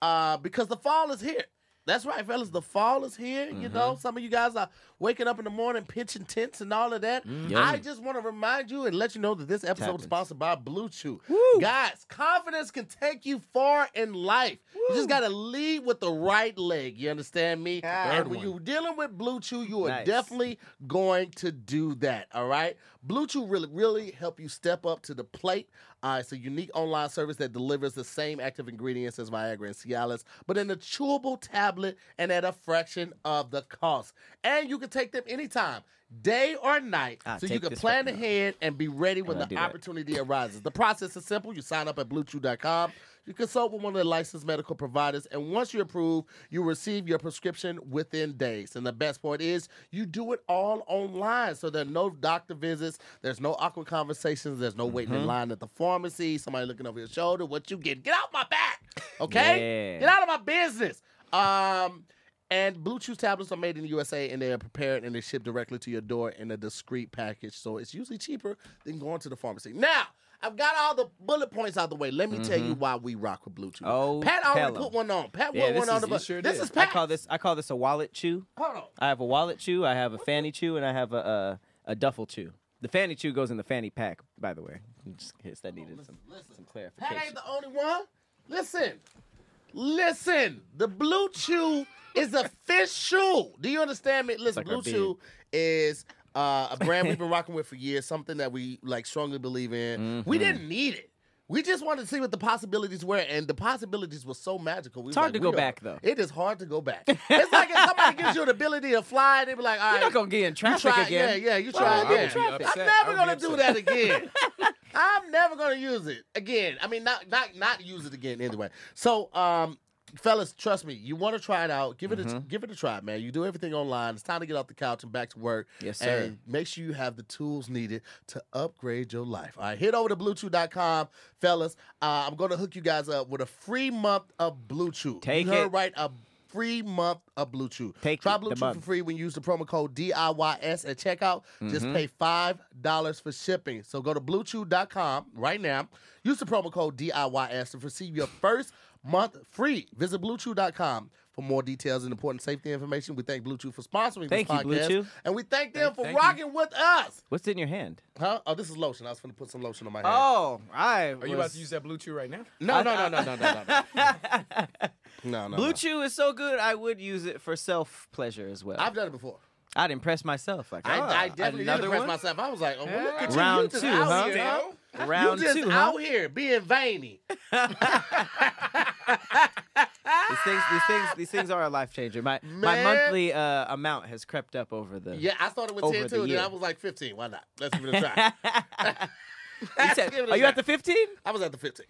uh, because the fall is here. That's right, fellas. The fall is here. You
Mm-hmm.
know, some of you guys are waking up in the morning, pitching tents and all of that.
Mm-hmm.
I just want to remind you and let you know that this episode
Happens.
is sponsored by Blue Chew.
Woo.
Guys, confidence can take you far in life. You just got to lead with the right leg. You understand me? and when you're dealing with Blue Chew, you are
Nice.
definitely going to do that. All right. Blue Chew really, really help you step up to the plate. Uh, it's a unique online service that delivers the same active ingredients as Viagra and Cialis, but in a chewable tablet and at a fraction of the cost. And you can take them anytime, day or night,
Ah,
so you
take
can
this
plan
fucking-
ahead and be ready when
I'll
the
do that.
opportunity arises. The process is simple. You sign up at BlueChew.com. You consult with one of the licensed medical providers, and once you're approved, you receive your prescription within days. And the best part is, you do it all online. So there are no doctor visits, there's no awkward conversations, there's no waiting
Mm-hmm.
in line at the pharmacy, somebody looking over your shoulder. What you get? Get out my back, okay?
Yeah.
Get out of my business. Um, and Blue Chew tablets are made in the USA and they are prepared and they ship directly to your door in a discreet package. So it's usually cheaper than going to the pharmacy. Now, I've got all the bullet points out the way. Let me tell you why we rock with Blue Chew.
Mm-hmm. Oh,
Pat
tell
already
'em.
put one on. Pat
Yeah,
put
this
one on
is-
the
you
bu-
sure
This
did.
is
I
Pat.
call this I call this a wallet chew.
Hold on.
I have a wallet chew, I have a fanny chew, and I have a uh, a duffel chew. The fanny chew goes in the fanny pack, by the way. Just in case that needed some, some
Pat ain't
clarification.
the only one. Listen, listen. The Blue Chew is official. Do you understand me? Listen,
like our
Blue Chew is uh, a brand we've been rocking with for years. Something that we like strongly believe in.
Mm-hmm.
We didn't need it. We just wanted to see what the possibilities were, and the possibilities were so magical. We was
hard
like,
to
we
go
are-
back, though.
It is hard to go back. it's like if somebody gives you an ability to fly, they be like, "All right,
You're not gonna get in
you
traffic
tried,
again.
Yeah, yeah, you
Well,
tried
I'll be
again.
traffic.
I'm
I
never
would be
gonna do
upset.
that again. I'm never gonna use it again. I mean, not not not use it again anyway. So, um, fellas, trust me, you want to try it out. Give it a
Mm-hmm.
give it a try, man. You do everything online. It's time to get off the couch and back to work.
Yes, sir.
And make sure you have the tools needed to upgrade your life. All right, head over to Bluetooth.com, fellas. Uh, I'm gonna hook you guys up with a free month of Bluetooth.
Take
you heard
it.
right a free month of Bluetooth.
Take
Try
it, the
Bluetooth for
month.
free when you use the promo code DIYS at checkout. Just
Mm-hmm.
pay $5 for shipping. So go to Bluetooth.com right now. Use the promo code DIYS to receive your first month free. Visit Bluetooth.com for more details and important safety information. We thank Bluetooth for sponsoring
Thank
this
you,
podcast.
Bluetooth.
And we thank them for
thank you.
rocking with us.
What's in your hand?
Huh? Oh, this is lotion. I was going to put some lotion on my hand.
Oh, I.
Are you about to use that blue chew right now?
No, no, no, no, no, no, no. No, no, no.
Blue Chew is so good. I would use it for self pleasure as well.
I've done it before.
I'd impress myself. Like,
I,
ah,
I definitely did
another
impress
one?
myself. I was like, oh, well, look at you. you
Round
just
two,
out
huh?
here, huh?
Round
you just
two, huh?
out here being veiny.
ah. These things, these things, these things are a life changer. My my
Man.
monthly uh, amount has crept up over the.
Yeah, I started with
Over
10
the
too, then
year.
I was like 15. Why not? Let's give it a try.
You said,
Give it a
are you
shot.
at the fifteen?
I was at the 15.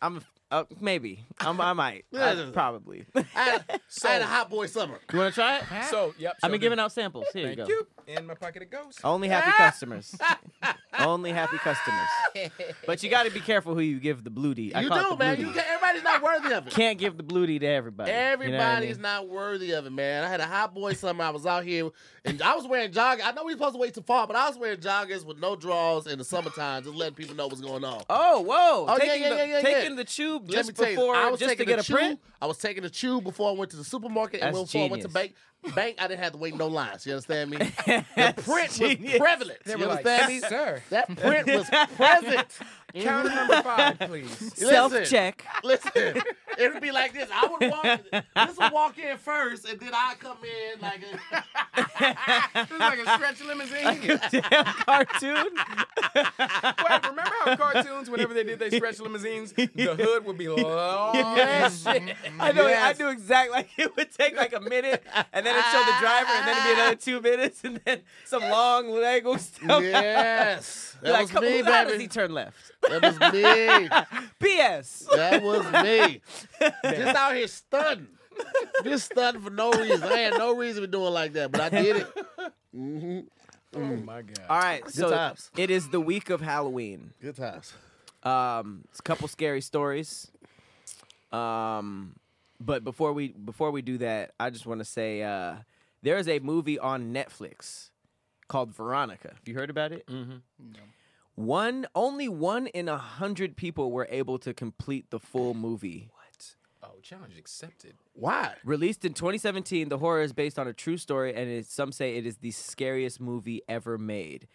I'm uh, maybe. I'm, I might. I- probably. you
I had, I had a hot boy summer.
want to try it?
So, yep.
I've been
so
giving out samples. Here
Thank
you go.
you. In my pocket it goes.
Oh,
Only happy
Ah!
customers. Only happy customers. But you got to be careful who you give the bluey. I
You
call it
do,
the
man.
bluey.
You can't, everybody's not worthy of it.
Can't give the bluey to everybody.
Everybody's
not.
not worthy of it, man. I had a hot boy summer. I was out here and I was wearing joggers. I know we supposed to wait till fall, but I was wearing joggers with no draws in the summertime, just letting people know what's going on.
Oh, whoa.
Oh, yeah,
taking
yeah,
the,
yeah, yeah,
Taking
yeah.
the tube
Let
just
me tell you,
before,
I was
just to
taking
get
a
a print.
chew. I was taking a chew before I went to the supermarket and
That's
before I went to bank.
genius.
Bank, I didn't have to wait no lines. You understand me? The print was
genius.
prevalent.
They
You
were like,
understand me?
sir,
That print was present.
counter number five, please.
Self check.
Listen, it would be like this. I would walk. This would walk in first, and then I come in like. A,
This is like a stretch limousine.
cartoon.
Wait, remember how cartoons, whenever they did they stretch limousines, the hood would be long. as shit.
I know. I knew exactly. Like it would take like a minute, and then it showed the driver, and then it'd be another two minutes, and then some long angle stuff.
yes, that
like,
was
come,
me,
on, how does he
baby.
turn left?
That was me.
P.S.
That was me. Just out here stunting. Just stunting for no reason. I had no reason for doing like that, but I did it.
Oh my god.
All right, so
times.
it is the week of Halloween.
Good times.
Um, it's a couple scary stories. Um, but before we before we do that, I just want to say uh, there is a movie on Netflix called Veronica. Have you heard about it? Mm-hmm. One only one in a hundred people were able to complete the full movie.
Oh, challenge accepted.
Why?
Released in 2017, the horror is based on a true story, and it, some say it is the scariest movie ever made.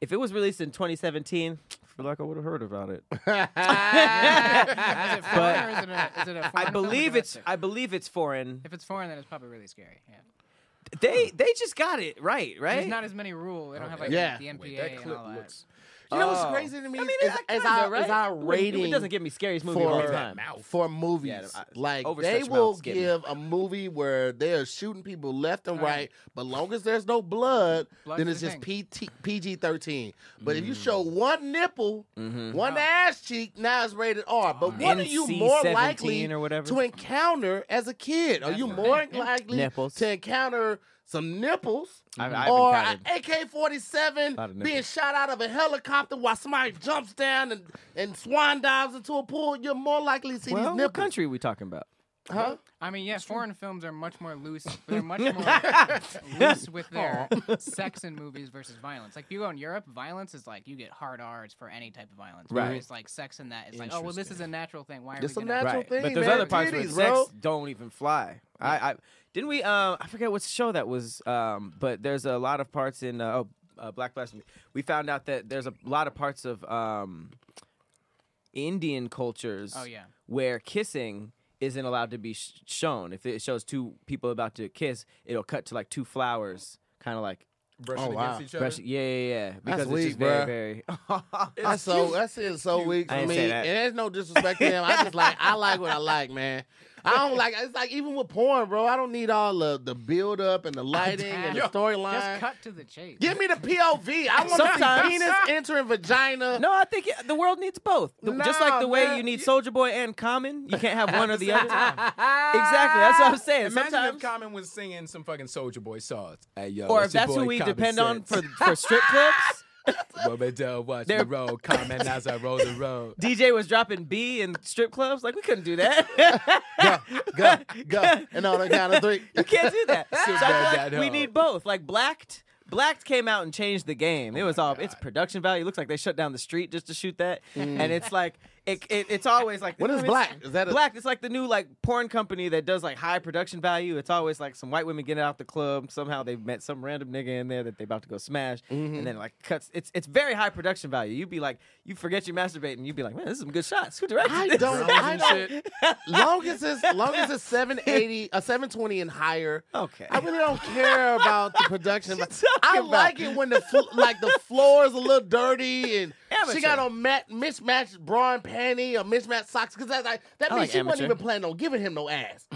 If it was released in 2017, I feel like I would have heard about it.
Is it foreign or is it a, is it a foreign
I
film or
believe it's
domestic?
I believe it's foreign.
if it's foreign, then it's probably really scary. Yeah.
They they just got it right, right?
There's not as many rules. They don't have like
Yeah.
the NPA
Wait, that
and
clip
all that.
looks.
You know what's
Oh.
crazy to me
I mean,
is,
I
is
kinda,
our
right?
is our
It wouldn't-
rating
It doesn't give me scariest movie
for-
of all
That
time.
mouth.
for movies.
Yeah, I-
like they
overstretched
will
mouths get me.
give a movie where they are shooting people left and right, but long as there's no blood,
Blood's
then
the
it's just
thing.
PT, PG thirteen. But if you show one nipple, one ass cheek, now it's rated R. But what are you more
NC-17
likely
or whatever?
to encounter as a kid? Are you
That's
more
right.
likely
Nipples.
to encounter some nipples?
I've- I've
or
encountered-
AK forty seven
Lot of
being
nipples.
shot out of a helicopter while somebody jumps down and, and swan dives into a pool, you're more likely to see
Well,
these
what
nipples.
country we talking about?
Huh?
I mean, yeah, foreign films are much more loose. They're much more loose with their sex in movies versus violence. Like, if you go in Europe, violence is like you get hard R's for any type of violence.
Right.
Whereas, like, sex in that is like, oh, well, this is a natural thing. Why are
It's a
we gonna-
natural
Right,
thing.
but there's
man.
other parts where
Titties,
sex
bro.
don't even fly. I, I didn't we? Um, I forget what show that was. Um, but there's a lot of parts in uh, oh, uh, Black Blasphemy. We found out that there's a lot of parts of um, Indian cultures.
Oh, yeah.
where kissing isn't allowed to be sh- shown. If it shows two people about to kiss, it'll cut to like two flowers, kind of like
Brushing
Oh, wow.
against each other.
Brush- yeah, yeah, yeah. Because it's
weak,
just
bruh.
very, very.
That's so that's it. So weak for
I
me.
didn't say that.
And there's no disrespect to him. I just like I like what I like, man. I don't like. It's like even with porn, bro. I don't need all the the build up and the lighting and the
Yo,
Just
storyline.
cut to the chase.
Give me the POV. I want to
Sometimes-
see penis entering vagina.
No, I think it- the world needs both. The- just like
Nah,
the way
man,
you need
you-
Soldier Boy and Common, you can't have one or the other. exactly, that's what I'm saying.
Imagine if
Sometimes,
Common was singing some fucking Soldier Boy songs. Hey, yo,
or if
it's your
that's
boy
who we
Common
depend on for
Sense.
for strip clubs.
what we do, watch the
They're-
road, Common as I roll the road.
DJ was dropping B in strip clubs. Like we couldn't do that.
Go, go, go, and on the count of three.
you can't do that. So I
down
feel like
that
we
hill.
need both. Like Blacked, Blacked came out and changed the game. it was all its production value. It looks like they shut down the street just to shoot that. And it's like it, it it's always like
Mm. What is
I mean,
Black?
it's-
Is that a-
Black? It's like the new like porn company that does like high production value. It's always like some white women getting out the club. Somehow they've met some random nigga in there that they about to go smash,
Mm-hmm.
and then like cuts. It's it's very high production value. You'd be like, you forget you masturbating. You'd be like, man, this is some good shots. Who directed
I
this?
don't.
Drones
I
and
don't.
shit.
Long as it's long as it's seven eighty, a seven twenty and higher.
Okay.
I really don't care about the production.
What you
I
talking about?
like it when the fl- like the floor is a little dirty and
Amateur.
she got on mat- mismatched bra and panty or mismatched socks because that's like that
I
means
like
she wasn't
amateur.
even planning on giving him no ass.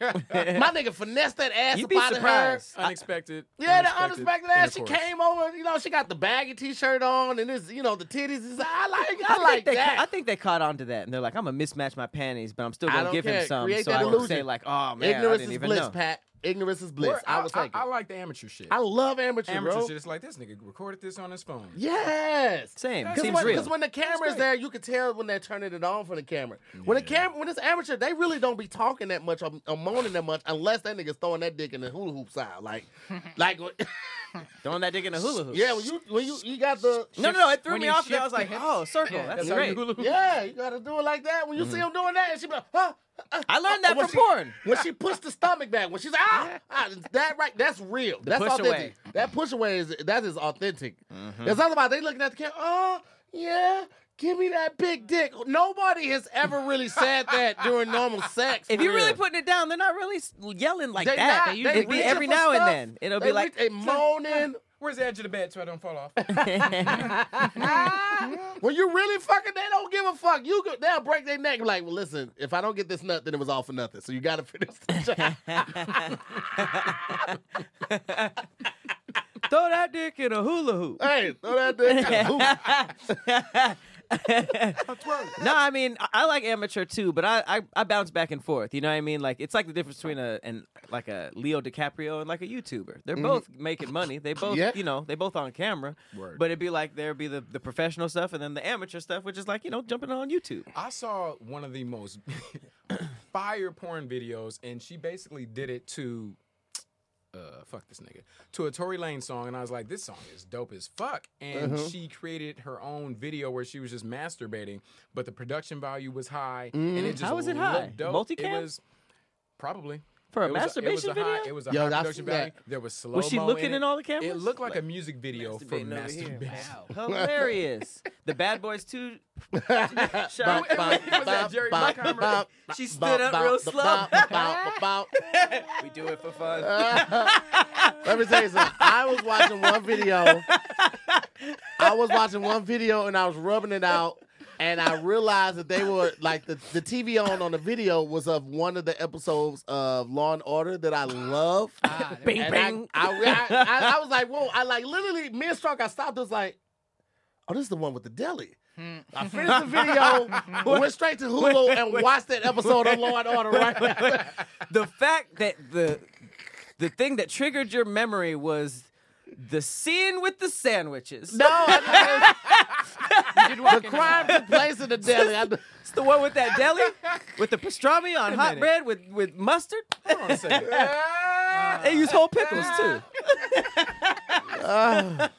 My nigga finessed that ass
You'd
up
be
out of her.
surprised.
Unexpected.
Yeah, the unexpected ass. She
intercourse.
came over, you know, she got the baggy t-shirt on and this, you know, the titties. Is, I like, I,
think
like
they,
that.
I think they caught on to that, and they're like, "I'm gonna mismatch my panties, but I'm still
I
gonna
don't
give
care.
him some."
Create
so
that
I won't say
illusion.
like, "Oh man, I
Ignorance
didn't
is
even
bliss,
know."
Pat. Ignorance is bliss.
Or-
I, was like,
I,
I,
like the amateur shit.
love amateur,
amateur
bro.
shit. It's like this nigga recorded this on his phone.
Yes.
Same,
That's
Because
seems
when,
real.
'cause when the camera's
great.
there, you can tell when they're turning it on for the camera. When the camera, when it's amateur, they really don't be talking that much or, or moaning that much unless that nigga's throwing that dick in the hula hoop side. Like, like, when-
Throwing that dick in a hula hoop.
yeah, when you when you you got the
no, no, no, it threw
when
me
you
off. there. I was
shift
like,
the hips.
"Oh, circle,
Yeah,
that's
how
great."
you hula hoop.
yeah, you gotta do it like that.
Mm-hmm.
When you see him doing that, and she be like, huh. uh,
I learned that
when
from
she-
porn.
When she pushed the stomach back, when she's like, ah, ah, that right, that's real. that's
push
authentic.
away. Mm-hmm.
That push away is that is authentic. It's not about they looking at the camera. Oh yeah, give me that big dick. Nobody has ever really said that during normal sex.
If
for
you're really
real.
putting it down, they're not really s- yelling like
They
that.
not. They
It'd be
reaching
every
for
now and
stuff.
then. It'll
They
be like,
reach- they moaning.
Where's the edge of the bed so I don't fall off?
Ah.
When you really fucking, they don't give a fuck. You go, they'll break their neck. Like, well, listen, if I don't get this nut, then it was all for nothing. So you gotta finish. The job.
"Throw that dick in a hula hoop."
hey, throw that dick. Ooh.
no, I mean I, I like amateur too, but I, I I bounce back and forth. You know what I mean? Like it's like the difference between a and like a Leo DiCaprio and like a YouTuber.
Mm-hmm.
They're both making money. They both
Yeah.
you know they both on camera.
Word.
But it'd be like there'd be the the professional stuff and then the amateur stuff, which is like you know jumping on YouTube.
I saw one of the most fire porn videos, and she basically did it to, uh, fuck this nigga, to a Tory Lane song, and I was like, this song is dope as fuck, and
Mm-hmm.
she created her own video where she was just masturbating, but the production value was high, and it just
Mm-hmm. How was it
looked
high?
Dope.
Multicam?
It was probably.
For a
it was
masturbation
it was a High,
video?
it was a
Yo,
high
I've
production
seen that.
value. There was slow.
she looking
it.
in all the
It
cameras?
looked like, a music video for
Masturbating over here.
masturbation.
Wow.
Hilarious. the Bad Boys Two.
Bop,
shot.
bop,
was that
bop,
Jerry
bop,
Bruckheimer?
bop,
She stood
bop,
up
bop,
real
bop,
slow.
bop, bop, bop.
we do it for fun.
Let me tell you something. I was watching one video. I was watching one video and I was rubbing it out. And I realized that they were like the, the TV on on the video was of one of the episodes of Law and Order that I love.
Ah, there we
Bing,
go.
And I- I, I, I, I was like, whoa, I like literally, me and Strunk, I stopped, I was like, oh, this is the one with the deli.
Hmm.
I finished the video, went straight to Hulu, and watched that episode of Law and Order right after.
the fact that the the thing that triggered your memory was the scene with the sandwiches.
No, I
You did walk
didn't. the
into
crime took place in the deli. I,
It's the one with that deli with the pastrami on hot
minute.
bread with with mustard.
Hold on a second.
They use whole pickles too.
Ah.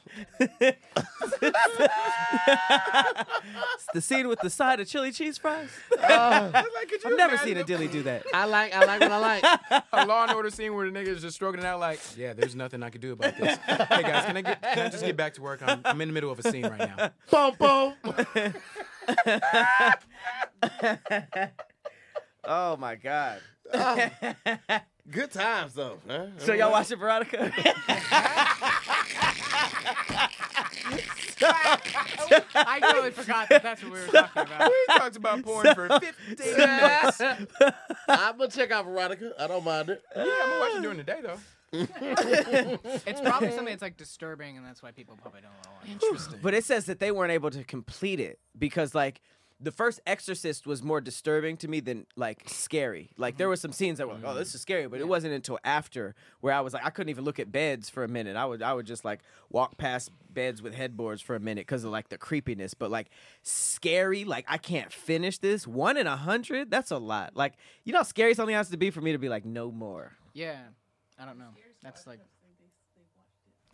it's the scene with the side of chili cheese fries.
Like, could you
I've never
imagine
seen a
the-
dilly do that.
I like, I like what I like.
a Law and Order scene where the niggas just stroking it out like, yeah, there's nothing I can do about this. hey guys, can I get can I just get back to work? I'm, I'm in the middle of a scene right now.
Boom, boom.
Oh my god.
Good times though. huh?
So y'all watching Veronica?
I totally forgot that that's what we were talking about.
We talked about porn for 15 minutes. Yeah,
I'm gonna check out Veronica. I don't mind it.
I'm gonna watch it during the day though.
It's probably something that's like disturbing, and that's why people probably don't want to watch. it.
But it says that they weren't able to complete it because like the first Exorcist was more disturbing to me than like scary. Like
Mm-hmm.
there were some scenes that were like, oh, this is scary, but it wasn't until after where I was like, I couldn't even look at beds for a minute. I would I would just like walk past beds with headboards for a minute because of like the creepiness. But like scary, like I can't finish this. One in a hundred, that's a lot. Like you know, how scary something has to be for me to be like, no more.
Yeah, I don't know. That's like.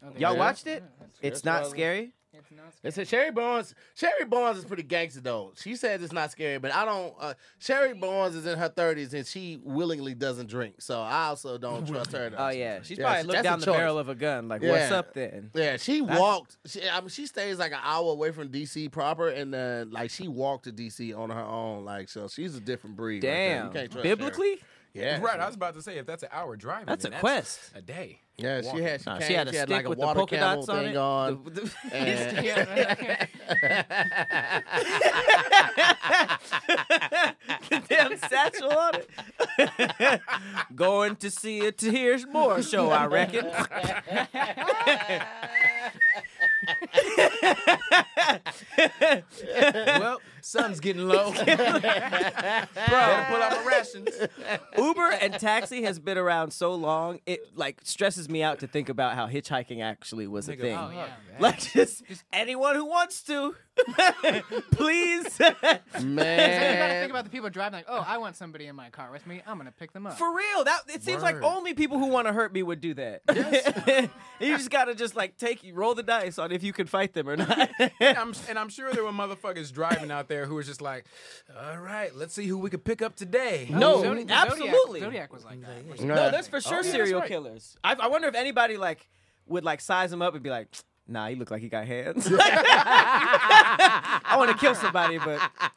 Oh, they-
Y'all watched it? It's not
why-
scary.
It's not
They said Sherry Barnes. Sherry Barnes is pretty gangster though. She says it's not scary, but I don't. Uh, Sherry Barnes is in her thirties and she willingly doesn't drink, so I also don't trust her.
Oh yeah, she's
Yeah,
probably
she-
looked
that's a
down the
choice.
barrel of a gun. Like, what's
Yeah.
up then?
Yeah, she walked. She, I mean, she stays like an hour away from DC proper, and uh, like she walked to DC on her own. Like, so she's a different breed. right there.
Damn,
you can't trust her.
biblically,
Yeah,
Right, I was about to say if that's an hour driving,
that's a
then
quest.
a day.
Yeah, she had. She,
Nah,
came,
she had a
she had
stick
like a
with the
water
polka
camel
dots on
thing
it.
on.
The- the-
and-
yeah.
the damn satchel on it. Going to see it to here's more show, I reckon.
well, sun's getting low. Bro, better pull out my rations.
Uber and taxi has been around so long, it like stresses me out to think about how hitchhiking actually was a thing.
Oh yeah.
Like just anyone who wants to, please.
So you gotta
man,
think about the people driving. Like, oh, I want somebody in my car with me. I'm gonna pick them up.
For real, that it seems like
Word.
only people who want to hurt me would do that. you just gotta just like take roll the dice on if you can fight them or not.
And I'm, and I'm sure there were motherfuckers driving out there who was just like, all right, let's see who we could pick up today.
No,
The Zodi- the
absolutely.
Zodiac, Zodiac was like that. which-
No,
No, there's for sure
yeah, that's
serial
right.
killers. I, I wonder if anybody like would like size him up and be like, "Nah, he look like he got hands." I want to kill somebody, but
I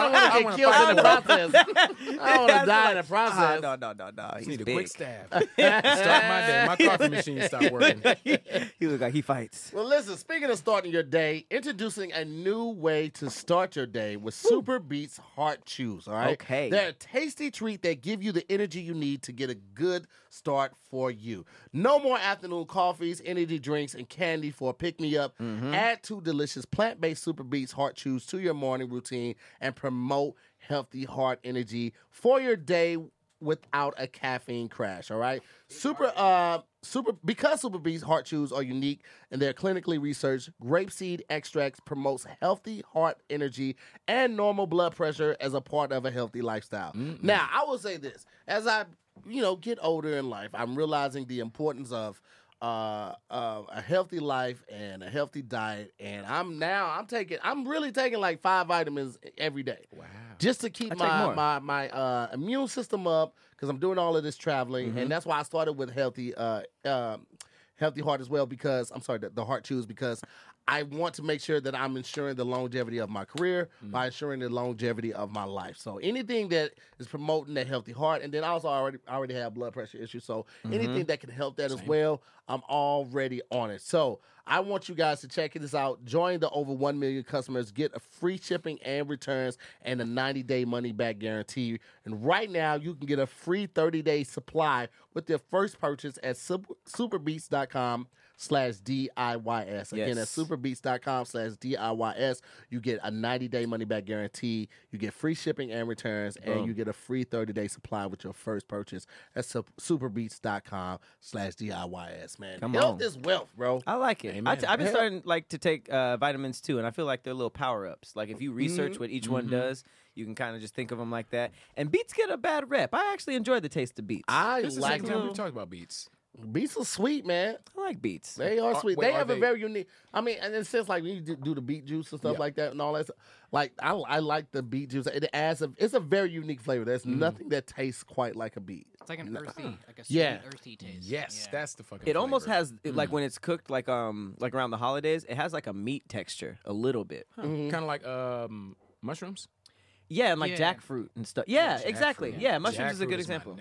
don't want to get
wanna
killed
fight
in the process. I don't want to die in the
ah,
process.
no, no, no, no. He's
Need a
big.
quick stab. Start my day. My coffee machine stopped working.
he look like he fights.
Well, listen, speaking of starting your day, introducing a new way to start your day with Super Beats Heart Chews, all right?
Okay.
They're a tasty treat that give you the energy you need to get a good start for you. No more afternoon coffees, energy drinks, and candy for a pick-me-up. Add two delicious plant-based Super Beats Heart Chews to your morning routine and promote healthy heart energy for your day without a caffeine crash. All right, super, uh, super because Super Beats heart chews are unique and they're clinically researched. Grapeseed extracts promotes healthy heart energy and normal blood pressure as a part of a healthy lifestyle. Now, I will say this: as I, you know, get older in life, I'm realizing the importance of. Uh, uh, a healthy life and a healthy diet, and I'm now I'm taking I'm really taking like five vitamins every day. Wow! Just to keep
I take
my,
more.
my my my uh, immune system up because I'm doing all of this traveling,
Mm-hmm.
and that's why I started with healthy uh, um healthy heart as well. Because I'm sorry, the, the heart choose because I want to make sure that I'm ensuring the longevity of my career
Mm.
by ensuring the longevity of my life. So anything that is promoting a healthy heart, and then I also already I already have blood pressure issues, so anything that can help that as well, I'm already on it. So. I want you guys to check this out. Join the over 1 million customers. Get a free shipping and returns and a 90 day money back guarantee. And right now, you can get a free 30 day supply with your first purchase at sup- superbeats.com slash DIYS. Again,
Yes.
at superbeats.com slash DIYS, you get a 90 day money back guarantee. You get free shipping and returns, and you get a free 30 day supply with your first purchase at sup- superbeats.com slash DIYS, man.
Come
Health
on.
is wealth, bro.
I like it. I
Amen.
t- I've been starting like to take uh, vitamins too, and I feel like they're little power ups. Like if you research
Mm-hmm.
what each one does, you can kind of just think of them like that. And beets get a bad rep. I actually enjoy the taste of beets. I,
I
This is the
like
second time
them.
we've talked about beats.
Beats are sweet, man.
like beets.
They are
Are-
sweet.
wait,
they
are
have a
they-
very unique. I mean, and it's just like when you do, do the beet juice and stuff
Yeah.
like that and all that. Stuff. Like I, I like the beet juice. It adds. A, it's a very unique flavor. There's nothing that tastes quite like a beet.
It's like an earthy, like a sweet
Yeah.
earthy taste.
uh, Yes,
Yeah.
that's the fucking.
It almost
flavor. Mm.
has it, like when it's cooked like um like around the Mm-hmm. holidays, it has like a meat texture a little bit.
kind of like um mushrooms.
Yeah, and like
Yeah.
jackfruit and stuff. Yeah, exactly.
Jackfruit.
Yeah, mushrooms is a
Jackfruit
good
my
example.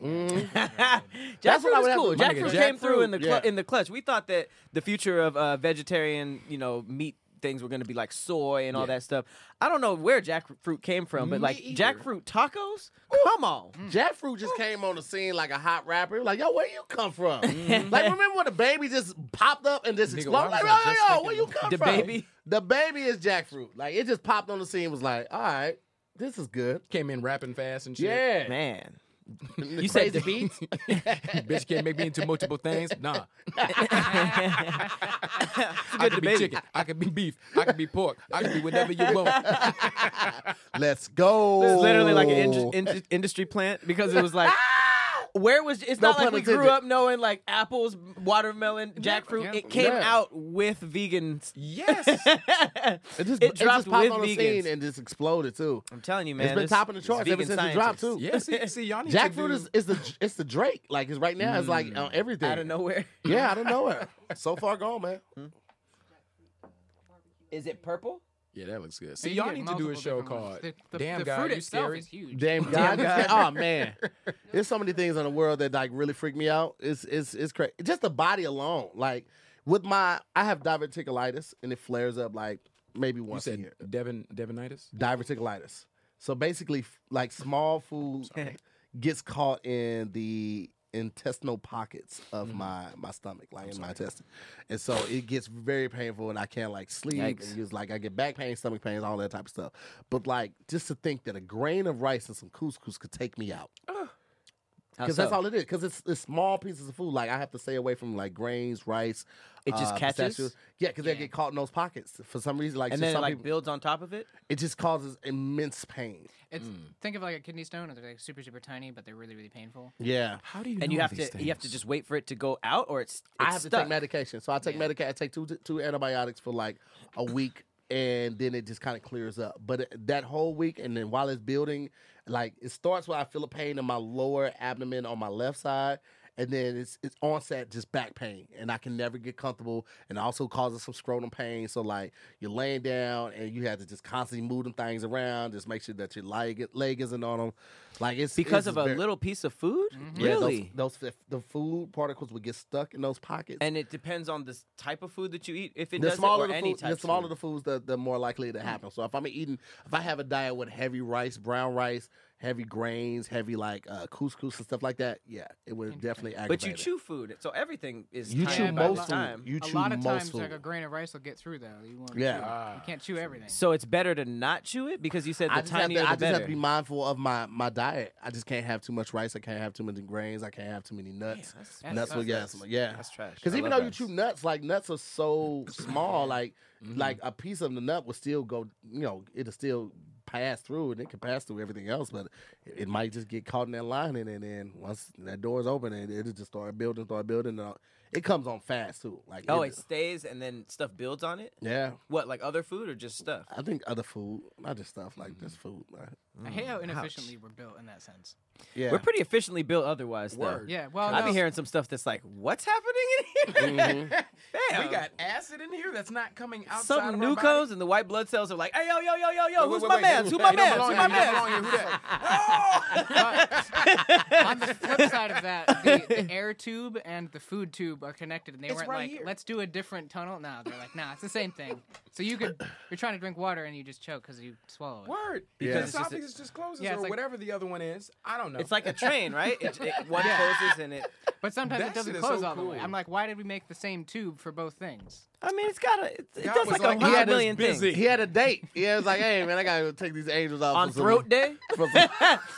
nigga.
That's what I
Jackfruit
would
was
have
cool.
to- my
Jackfruit
nigga,
came through
jackfruit,
in the clu-
yeah.
in the clutch. We thought that the future of uh, vegetarian, you know, meat things were going to be like soy and all that stuff. I don't know where jackfruit came from, but like
either.
jackfruit tacos. Come on.
Jackfruit just came on the scene like a hot rapper. Like, yo, where you come from?
Mm-hmm.
like, remember when the baby just popped up and just
Nigga,
exploded?
why
Like,
was
yo,
I
yo,
just
yo,
thinking
where you come
The
from?
baby?
The baby is jackfruit. Like, it just popped on the scene. Was like, all right, this is good.
Came in rapping fast and shit.
Yeah,
Man.
you
said
crazy
the-
beats.
Bitch can't make me into multiple things. Nah. I
good
could be
debate.
chicken. I could be beef. I could be pork. I could be whatever you want.
Let's go.
It's literally like an indus- indus- industry plant because it was like. Where was it's
No
not like
pun
we grew
intended.
up knowing like apples, watermelon, jackfruit.
yeah.
It came
Yeah.
out with vegans.
Yes.
It just,
It
it
dropped
just popped
with
on the
vegans.
scene and just exploded too.
I'm telling you, man,
it's been
this-
topping the
this
charts ever
vegan
since it dropped
scientist.
too.
Yeah, see, see y'all need to
Jackfruit
do,
is, is the it's the Drake. Like it's right now. It's like
Mm.
on everything.
out of nowhere.
Yeah, I don't know it. So far gone, man.
Is it purple?
Yeah, that looks good. See,
you
y'all
get
need to do a
multiple
show
different ones.
called
The, the,
Damn
the
God,
fruit
You
itself
Scary.
is huge.
Damn God. oh man. There's so many things in the world that like really freak me out. It's it's it's crazy. Just the body alone. Like with my I have diverticulitis and it flares up like maybe
You
once a
said
year.
Devin Devinitis?
Diverticulitis. So basically f- like small food gets caught in the intestinal pockets of
Mm-hmm.
my my stomach, like in my intestine. And so it gets very painful and I can't like sleep
Yikes.
and it's like I get back pain, stomach pains, all that type of stuff. But like just to think that a grain of rice and some couscous could take me out. Because that's all it is. Because it's, it's small pieces of food. Like I have to stay away from like grains, rice. uh,
It just catches?
pistachios. Yeah, because they get caught in those pockets for some reason. Like, just
and then it
some
like
people-
builds on top of it.
it just causes immense pain.
It's
Hmm.
think of like a kidney stone. They're like super super tiny, but they're really really painful.
Yeah,
How do you
and you have to you have to just wait for it to go out, or it's, it's
I have to
stuck.
take medication. So I take medication. I take two two antibiotics for like a week, and then it just kind of clears up. But it, that whole week, and then while it's building, like it starts where I feel a pain in my lower abdomen on my left side. And then it's it's onset just back pain, and I can never get comfortable, and also causes some scrotum pain. So like you're laying down, and you have to just constantly move them things around, just make sure that your leg leg isn't on them. Like it's
because
it's
of a
very- Mm-hmm.
little piece of food.
Yeah, those-
Really,
those, the, the food particles would get stuck in those pockets.
and it depends on the s- type of food that you eat. If it
the
does
smaller
it, or
the
any
food,
type,
the
of
smaller
food.
the foods, the, the more likely it to happen. So if I'm eating, if I have a diet with heavy rice, brown rice, heavy grains, heavy like uh, couscous and stuff like that, yeah, it would definitely aggravate.
But you
it.
chew food, so everything is
you
time
chew
Yeah,
by
but a
most
lot-
the time.
food. You
a
chew
lot of
most
times,
food.
like a grain of rice will get through though. You want
Yeah.
chew, you can't chew
Ah.
everything.
So it's better to not chew it because you said
I
the
just, have
tinier
to, I
the
just have
better.
to be mindful of my, my diet. I just can't have too much rice. I can't have too many grains. I can't have too many nuts.
That's-
nuts will
that's-
get some- yeah.
that's trash.
Because
I
even
love
though you
nuts.
chew nuts, like nuts are so small, like
Mm-hmm.
like a piece of the nut will still go. You know, it'll still pass through, and it can pass through everything else, but it, it might just get caught in that lining, and then once that door's open, it, it'll just start building, start building. And all- it comes on fast too. Like
oh, it stays and then stuff builds on it.
yeah.
What like other food or just stuff?
I think other food, not just stuff like just food. Like,
I hate how inefficiently we're built in that sense.
yeah,
We're pretty efficiently built otherwise, though.
Word.
Yeah, well,
I've
no,
been hearing some stuff that's like, what's happening in here?
Mm-hmm.
Damn.
We got acid in here that's not coming outside
some
of
new
our body.
codes and the white blood cells are like, hey, yo, yo, yo, yo, yo,
Wait, wait,
who's
wait,
my
wait.
man's? Who my
Hey, don't
man's?
belong
Who
here.
my
He don't
man's?
belong here. Who that?
on the flip side of that, the, the air tube and the food tube are connected, and they
It's
weren't
right
like,
here.
"Let's do a different tunnel." No, they're like, "Nah, it's the same thing." So you could, you're trying to drink water and you just choke because you swallow it.
Word.
Because it's just
Because
a-
esophagus just closes
Yeah, it's
or
like-
whatever the other one is. I don't know.
It's like a train, right? It, it, one closes and it.
But sometimes
That
it
shit
doesn't
is
close
so
all the way.
cool.
I'm like, why did we make the same tube for both things?
I mean, it's got a. It, it
God
does
was
like
like,
a
he
hundred
had us
million things.
busy.
he had a date. Yeah, it was like, hey man, I gotta take these angels off
On
for some-
throat day?
for some-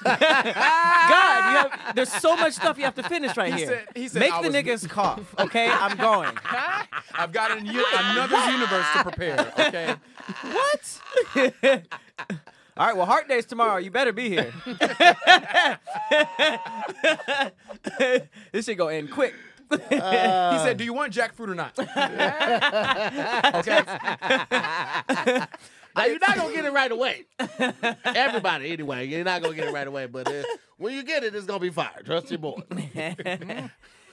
God, you have, there's so much stuff you have to finish right here.
said- he said,
Make
"I
the
was
niggas cough, okay? I'm going.
I've got an, u- another universe to prepare. Okay.
What? All right, well, Heart Day's tomorrow. You better be here. this shit gonna end quick.
he said, "Do you want jackfruit or not?"
Now, you're not gonna get it right away. Everybody, anyway, you're not gonna get it right away. But uh, when you get it, it's gonna be fire. Trust your boy.
Yeah,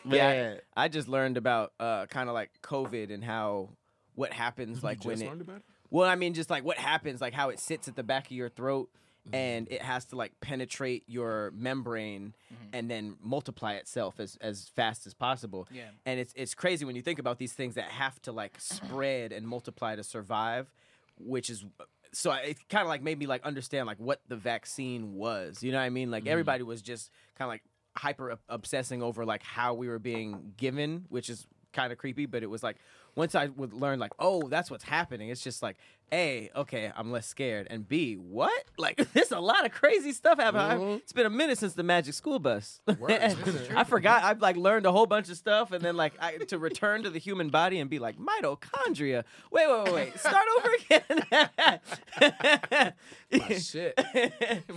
Man.
I, I just learned about uh, kind of like COVID and how what happens like when
just
it.
learned about it?
Well, I mean, just like what happens, like how it sits at the back of your throat
Mm-hmm.
and it has to like penetrate your membrane
Mm-hmm.
and then multiply itself as as fast as possible.
Yeah.
And it's it's crazy when you think about these things that have to like spread and multiply to survive, which is so I- it kind of like made me like understand like what the vaccine was. You know what I mean? Like everybody was just kind of like hyper ob- obsessing over like how we were being given, which is kind of creepy, but it was like once I would learn like, oh, that's what's happening. It's just like, A, okay, I'm less scared. And B, what? Like there's a lot of crazy stuff happening. I-
Mm-hmm.
It's been a minute since the magic school bus. I forgot I've like learned a whole bunch of stuff and then like I, to return to the human body and be like mitochondria. Wait, wait, wait, wait. Start over
My
again.
shit.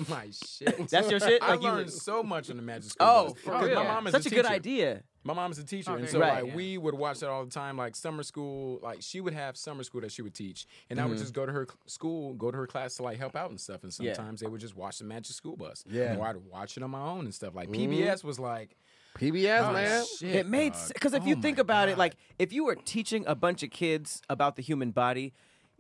My shit.
That's your shit?
I
Like you-
learned so much in the Magic School.
oh,
Bus.
for
'Cause
real.
My mom is
Such a, good
teacher.
idea.
My mom's a teacher,
Oh,
and
there
so
you
go.
like
Right.
we would watch that all the time. Like summer school, like she would have summer school that she would teach, and I would just go to her cl- school, go to her class to like help out and stuff. And
Mm-hmm. Yeah.
sometimes they would just watch the Magic School Bus,
Yeah.
or I'd watch it on my own and stuff. Like PBS was like,
PBS,
oh,
man.
shit,
Mm-hmm. It made
dog.
because if
Oh
you
my
think about it,
God.
like if you were teaching a bunch of kids about the human body,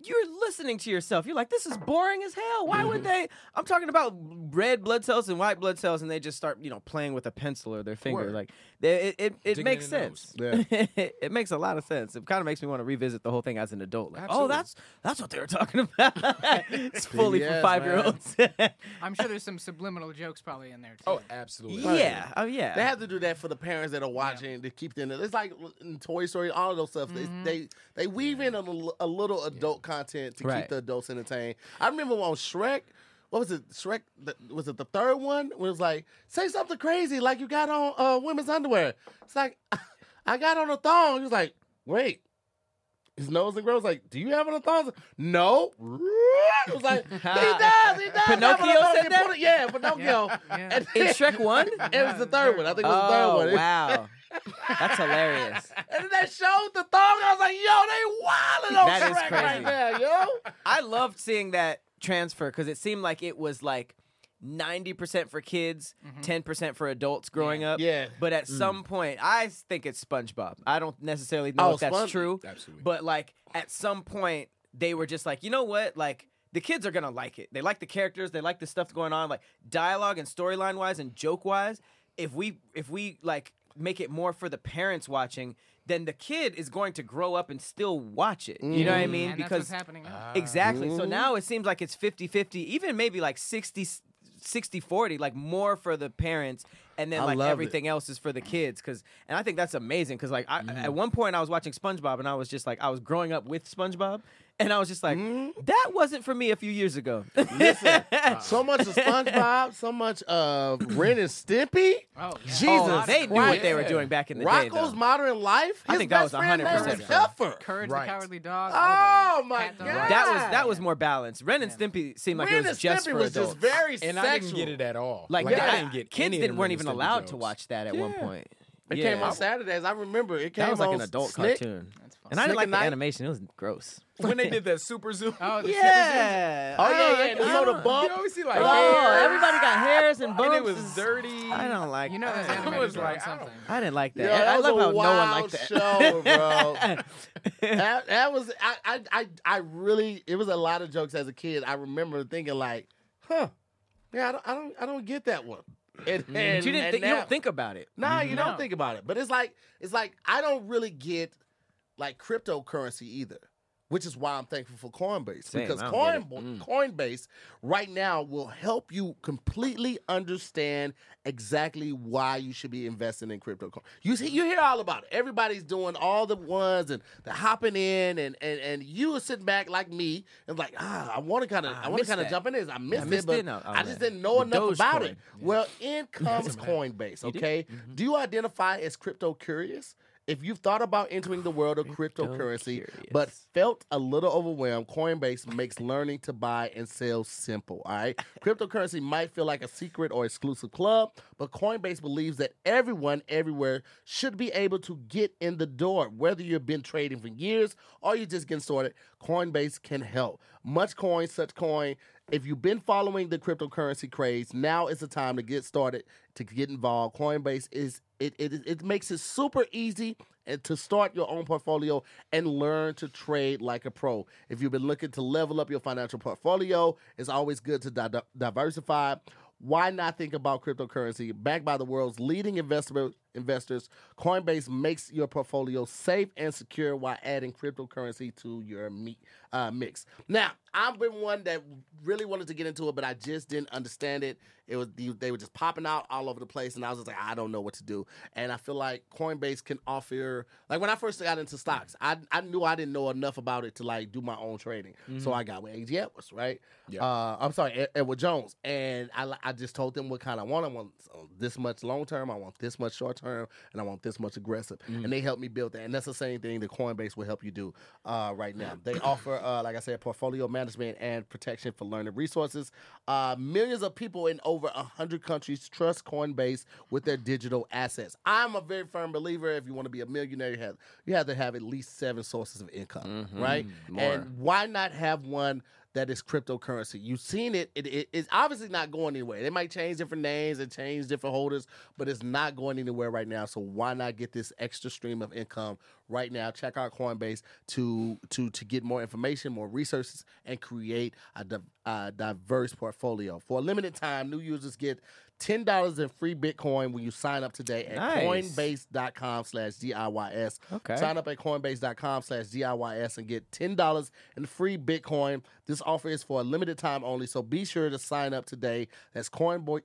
you're listening to yourself. You're like, this is boring as hell. Why
Mm-hmm.
would they? I'm talking about red blood cells and white blood cells, and they just start, you know, playing with a pencil or their finger.
Word.
Like, they, it it, it
Digging
makes
in the nose.
sense.
Yeah.
it makes a lot of sense. It kind of makes me want to revisit the whole thing as an adult. Like, oh,
Absolutely.
that's that's what they were talking about. it's fully for
Yes,
five year olds.
I'm sure there's some subliminal jokes probably in there too.
oh, absolutely,
yeah. Oh yeah.
They have to do that for the parents that are watching to keep them. It's like in Toy Story, all of those stuff.
Mm-hmm.
They, they they weave in a, l- a little adult content to keep
Right.
the adults entertained. I remember on Shrek. What was it? Shrek? The, was it the third one? Where it was like, say something crazy, like you got on uh, women's underwear. It's like, I got on a thong. He was like, wait. His nose and grows like, do you have on a thong? No. It was like, he does. He does. have on a
Pinocchio
thong."
said
He
that?
put it- Yeah, Pinocchio.
yeah.
And
In Shrek one.
it was the third one. I think it was the third one.
Oh, wow, that's hilarious.
And then they showed the thong. I was like, yo, they wildin' on
That is
Shrek right
crazy.
now, yo.
I loved seeing that transfer because it seemed like it was like. 90% for kids,
Mm-hmm.
10% for adults growing up.
Yeah. Mm.
But at some point, I think it's SpongeBob. I don't necessarily know
Oh,
if that's
Spon-
true.
Absolutely.
But like at some point, they were just like, you know what? Like the kids are going to like it. They like the characters, they like the stuff going on, like dialogue and storyline wise and joke wise. If we, if we like make it more for the parents watching, then the kid is going to grow up and still watch it. You know
Mm.
what I mean?
and that's
because
what's happening. now.
Uh,
Exactly.
Mm-hmm.
So now it seems like it's 50 50, even maybe like 60 60 40, like more for the parents. And then
I
like
love it.
everything else is for the kids. Cause, and I think that's amazing. Cause like I,
Mm-hmm.
at one point I was watching SpongeBob and I was just like, I was growing up with SpongeBob. And I was just like,
Mm-hmm.
that wasn't for me a few years ago.
Listen, so much of SpongeBob, so much of Ren and Stimpy.
Oh, yeah.
Jesus
Oh, they knew what
Christ.
they were doing back in the day.
Rocco's
though.
Modern Life. His
I think that
best
was
friend name
100%
was
true.
Pepper.
Courage
Right.
the Cowardly Dog. all
Oh,
those.
my
Cat the
God.
Rats.
That was that was more balanced. Ren and Stimpy seemed like
Ren
it was
and
just
Stimpy
for
was
adults.
just very
and
sexual.
I didn't get it at all.
like
Yeah.
I
I-
didn't get
kids
any of
didn't
the
weren't
Ren
even
and Stimpy
allowed to
jokes.
watch that at one
Yeah.
point.
It
Yeah.
came on Saturdays. I remember it came
That was like
on
an adult
Snick.
cartoon.
funny.
And I
Snick
didn't like
and
the
Knight?
animation. It was gross.
when they did that Super Zoom.
Oh, the
Yeah.
Oh yeah, yeah. And it showed a
you
bump.
always see like
Oh,
hair,
everybody got hairs and bumps.
and it was
and-
dirty.
I don't like
You know that's
that.
animated
was
drawing
like, I
something.
I didn't like that.
Yo,
I-
that
I
was
love
a
how no one
wild
liked that.
show, bro. that, that was I, I I I really it was a lot of jokes as a kid. I remember thinking like, huh, yeah, I don't I don't I don't get that one. And,
Mm-hmm. But you didn't.
and
think- you
now-
don't think about it.
Nah, you
No.
don't think about it. But it's like it's like I don't really get like cryptocurrency either, which is why I'm thankful for Coinbase
Same,
because
I don't Mm.
Coin, Coinbase right now will help you completely understand exactly why you should be investing in crypto. You see, you hear all about it. Everybody's doing all the ones and the hopping in and and and you are sitting back like me and like ah, I want to kind of
Ah, I
I want to
missed
kind of
that.
jump in this. I missed,
missed
it, but
in on- on
I just
that.
didn't know
The
enough
Doge
about
coin.
it. Well, in comes Coinbase. Okay, do you identify as crypto curious? If you've thought about entering the world of cryptocurrency but
curious.
felt a little overwhelmed, Coinbase makes learning to buy and sell simple. All right, cryptocurrency might feel like a secret or exclusive club, but Coinbase believes that everyone everywhere should be able to get in the door. Whether you've been trading for years or you're just getting started, Coinbase can help. Much coin, such coin. If you've been following the cryptocurrency craze, now is the time to get started, to get involved. Coinbase is it it, it makes it super easy and to start your own portfolio and learn to trade like a pro. If you've been looking to level up your financial portfolio, it's always good to di- diversify. Why not think about cryptocurrency? Backed by the world's leading investment investors, Coinbase makes your portfolio safe and secure while adding cryptocurrency to your me- uh, mix. Now, I've been one that really wanted to get into it, but I just didn't understand it. It was they they were just popping out all over the place, and I was just like, I don't know what to do. And I feel like Coinbase can offer like when I first got into stocks, I I knew I didn't know enough about it to like do my own trading. So I got with AG Edwards, right?
Yeah.
Uh, I'm sorry, Ed- Edward Jones, and I li- I just told them what kind I want. I want uh, this much long term, I want this much short term, and I want this much aggressive. And they helped me build that, and that's the same thing that Coinbase will help you do uh, right now. They offer, uh, like I said, portfolio management and protection for learning resources. Uh, millions of people in over hundred countries trust Coinbase with their digital assets. I'm a very firm believer. If you want to be a millionaire, you have you have to have at least seven sources of income, right? And why not have one? that is cryptocurrency. You've seen it. It- it- It's obviously not going anywhere. They might change different names and change different holders, but it's not going anywhere right now. So why not get this extra stream of income right now? Check out Coinbase to to to get more information, more resources, and create a, di- a diverse portfolio. For a limited time, new users get ten dollars in free Bitcoin when you sign up today at
Nice.
Coinbase.com slash DIYS.
Okay.
Sign up at coinbase.com slash DIYS and get $10 in free Bitcoin. This offer is for a limited time only, so be sure to sign up today. That's coinbo-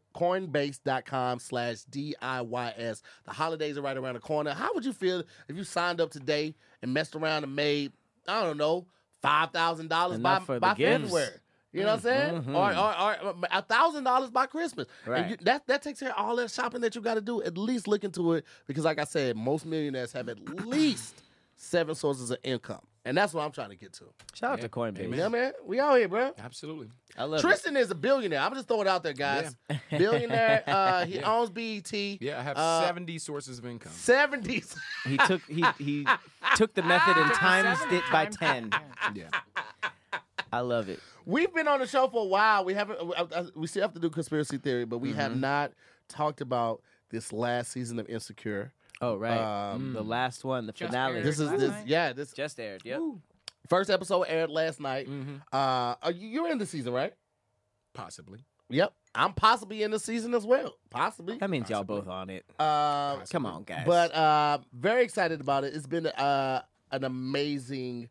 coinbase.com slash DIYS. The holidays are right around the corner. How would you feel if you signed up today and messed around and made, I don't know, $5,000 by,
Enough for the
by
gifts. Mm-hmm.
February? You know what I'm saying? Or or or a thousand dollars by Christmas. And
Right.
you- that that takes care of all that shopping that you got to do. At least look into it because, like I said, most millionaires have at least seven sources of income, and that's what I'm trying to get to.
Shout out to Coinbase.
Yeah, man, we out here, bro.
Absolutely.
I love it.
Tristan is a billionaire. I'm just throwing it out there, guys. Billionaire. Uh, he owns BET.
Yeah, I have
Uh,
70 sources of income.
Seventies.
He took he he took the method and times
Seven
it by
times-
ten.
Yeah.
Yeah.
I love it.
We've been on the show for a while. We haven't. uh, uh, We still have to do conspiracy theory, but we have not talked about this last season of Insecure.
Oh right,
Um,
the last one, the
Just
finale.
aired
This is
last
this.
night?
Yeah, this
just aired. Yep. Mm-hmm.
First episode aired last night.
Mm.
hmm
Uh, are you, you're in the season, right?
Possibly.
Yep. I'm possibly in the season as well. Possibly.
That means y'all both on it.
Uh,
Come on, guys.
but uh, very excited about it. It's been uh, an amazing,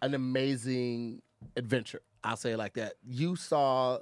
an amazing adventure. I'll say it like that. You saw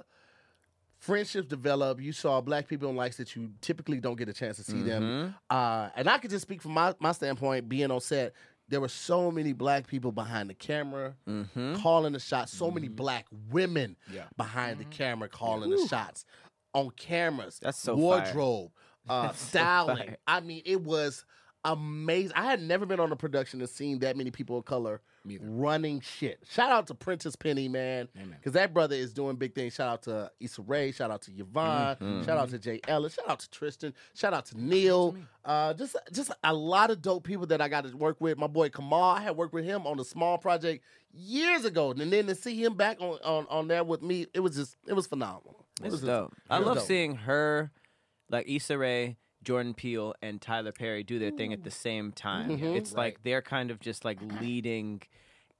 friendships develop. You saw black people in lives that you typically don't get a chance to
Mm-hmm.
see them. Uh, and I could just speak from my, my standpoint, being on set. There were so many black people behind the camera
Mm-hmm.
calling the shots. So many black women
Yeah.
behind the camera calling the shots on cameras.
That's so fire.
wardrobe, uh, styling.
fire.
I mean, it was amazing. I had never been on a production and seen that many people of color running shit. Shout out to Prentice Penny, man, because that brother is doing big things. Shout out to Issa Rae. Shout out to Yvonne.
Mm-hmm.
Shout out to Jay Ellis. Shout out to Tristan. Shout out to Neil. Uh, just just a lot of dope people that I got to work with. My boy Kamal, I had worked with him on a small project years ago, and then to see him back on on, on there with me, it was just it was phenomenal. It
It's
was just-
dope. I
it was
love
dope.
seeing her, like Issa Rae, Jordan Peele, and Tyler Perry do their thing at the same time.
Mm-hmm.
It's like they're kind of just like leading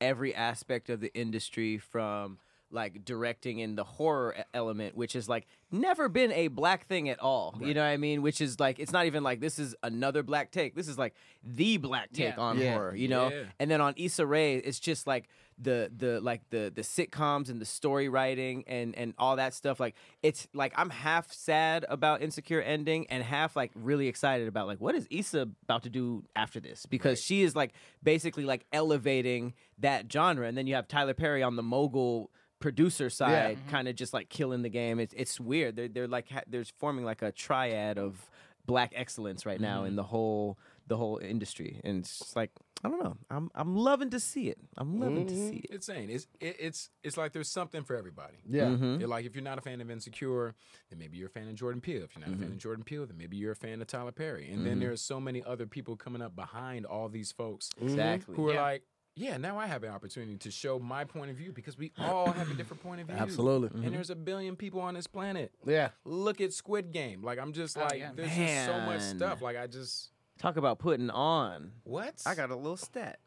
every aspect of the industry from like directing in the horror e- element which is like never been a black thing at all you know what i mean which is like it's not even like this is another black take this is like the black take
Yeah.
on
Yeah.
horror you know
Yeah.
and then on Issa Rae, it's just like the the like the the sitcoms and the story writing and and all that stuff. Like it's like I'm half sad about Insecure ending and half like really excited about like what is Issa about to do after this because she is like basically like elevating that genre. And then you have Tyler Perry on the mogul producer side, kind of just like killing the game. It's it's weird. They're they're like ha- they're forming like a triad of black excellence right now
Mm-hmm.
in the whole the whole industry and it's just like i don't know i'm i'm loving to see it i'm loving to see it
It's saying it's it, it's it's like there's something for everybody.
Yeah.
Mm-hmm.
They're like if you're not a fan of Insecure, then maybe you're a fan of Jordan Peele. If you're not a
Mm-hmm.
fan of Jordan Peele, then maybe you're a fan of Tyler Perry. And then there are so many other people coming up behind all these folks
exactly
who are
Yeah.
like, yeah, now I have an opportunity to show my point of view because we all have a different point of view.
Absolutely.
And there's a billion people on this planet.
Yeah.
Look at Squid Game. Like I'm just like
Oh, yeah.
there's just so much
Man.
stuff. Like I just
Talk about putting on.
What?
I got a little stat.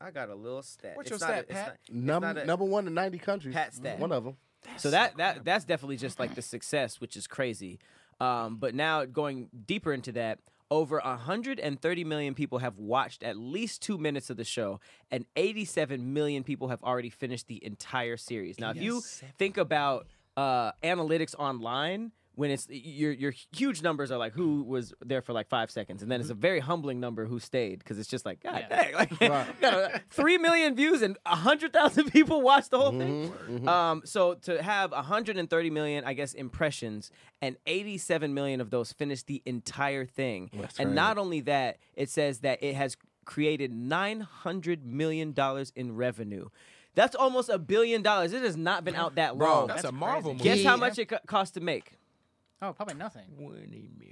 I got a little stat.
What's
It's
your
not a-
stat, Pat?
It's not, it's
Number
not a-
number one in ninety countries. Mm-hmm.
Pat stat.
One of them.
so that that that's definitely just like the success, which is crazy. Um, but now going deeper into that, over 130 million people have watched at least two minutes of the show, and 87 million people have already finished the entire series. Now, if you think about uh, analytics online. When it's your your huge numbers are like who was there for like five seconds, and then
Mm-hmm.
it's a very humbling number who stayed because it's just like God
Yeah.
dang, like gotta- three million views and hundred thousand people watched the whole thing.
Mm-hmm,
Um, so to have 130 million, I guess, impressions and 87 million of those finished the entire thing. and not only that, it says that it has created 900 million dollars in revenue. That's almost a billion dollars. It has not been out that long.
that's, a Marvel movie.
Guess how much it co- cost to make?
Oh, probably nothing.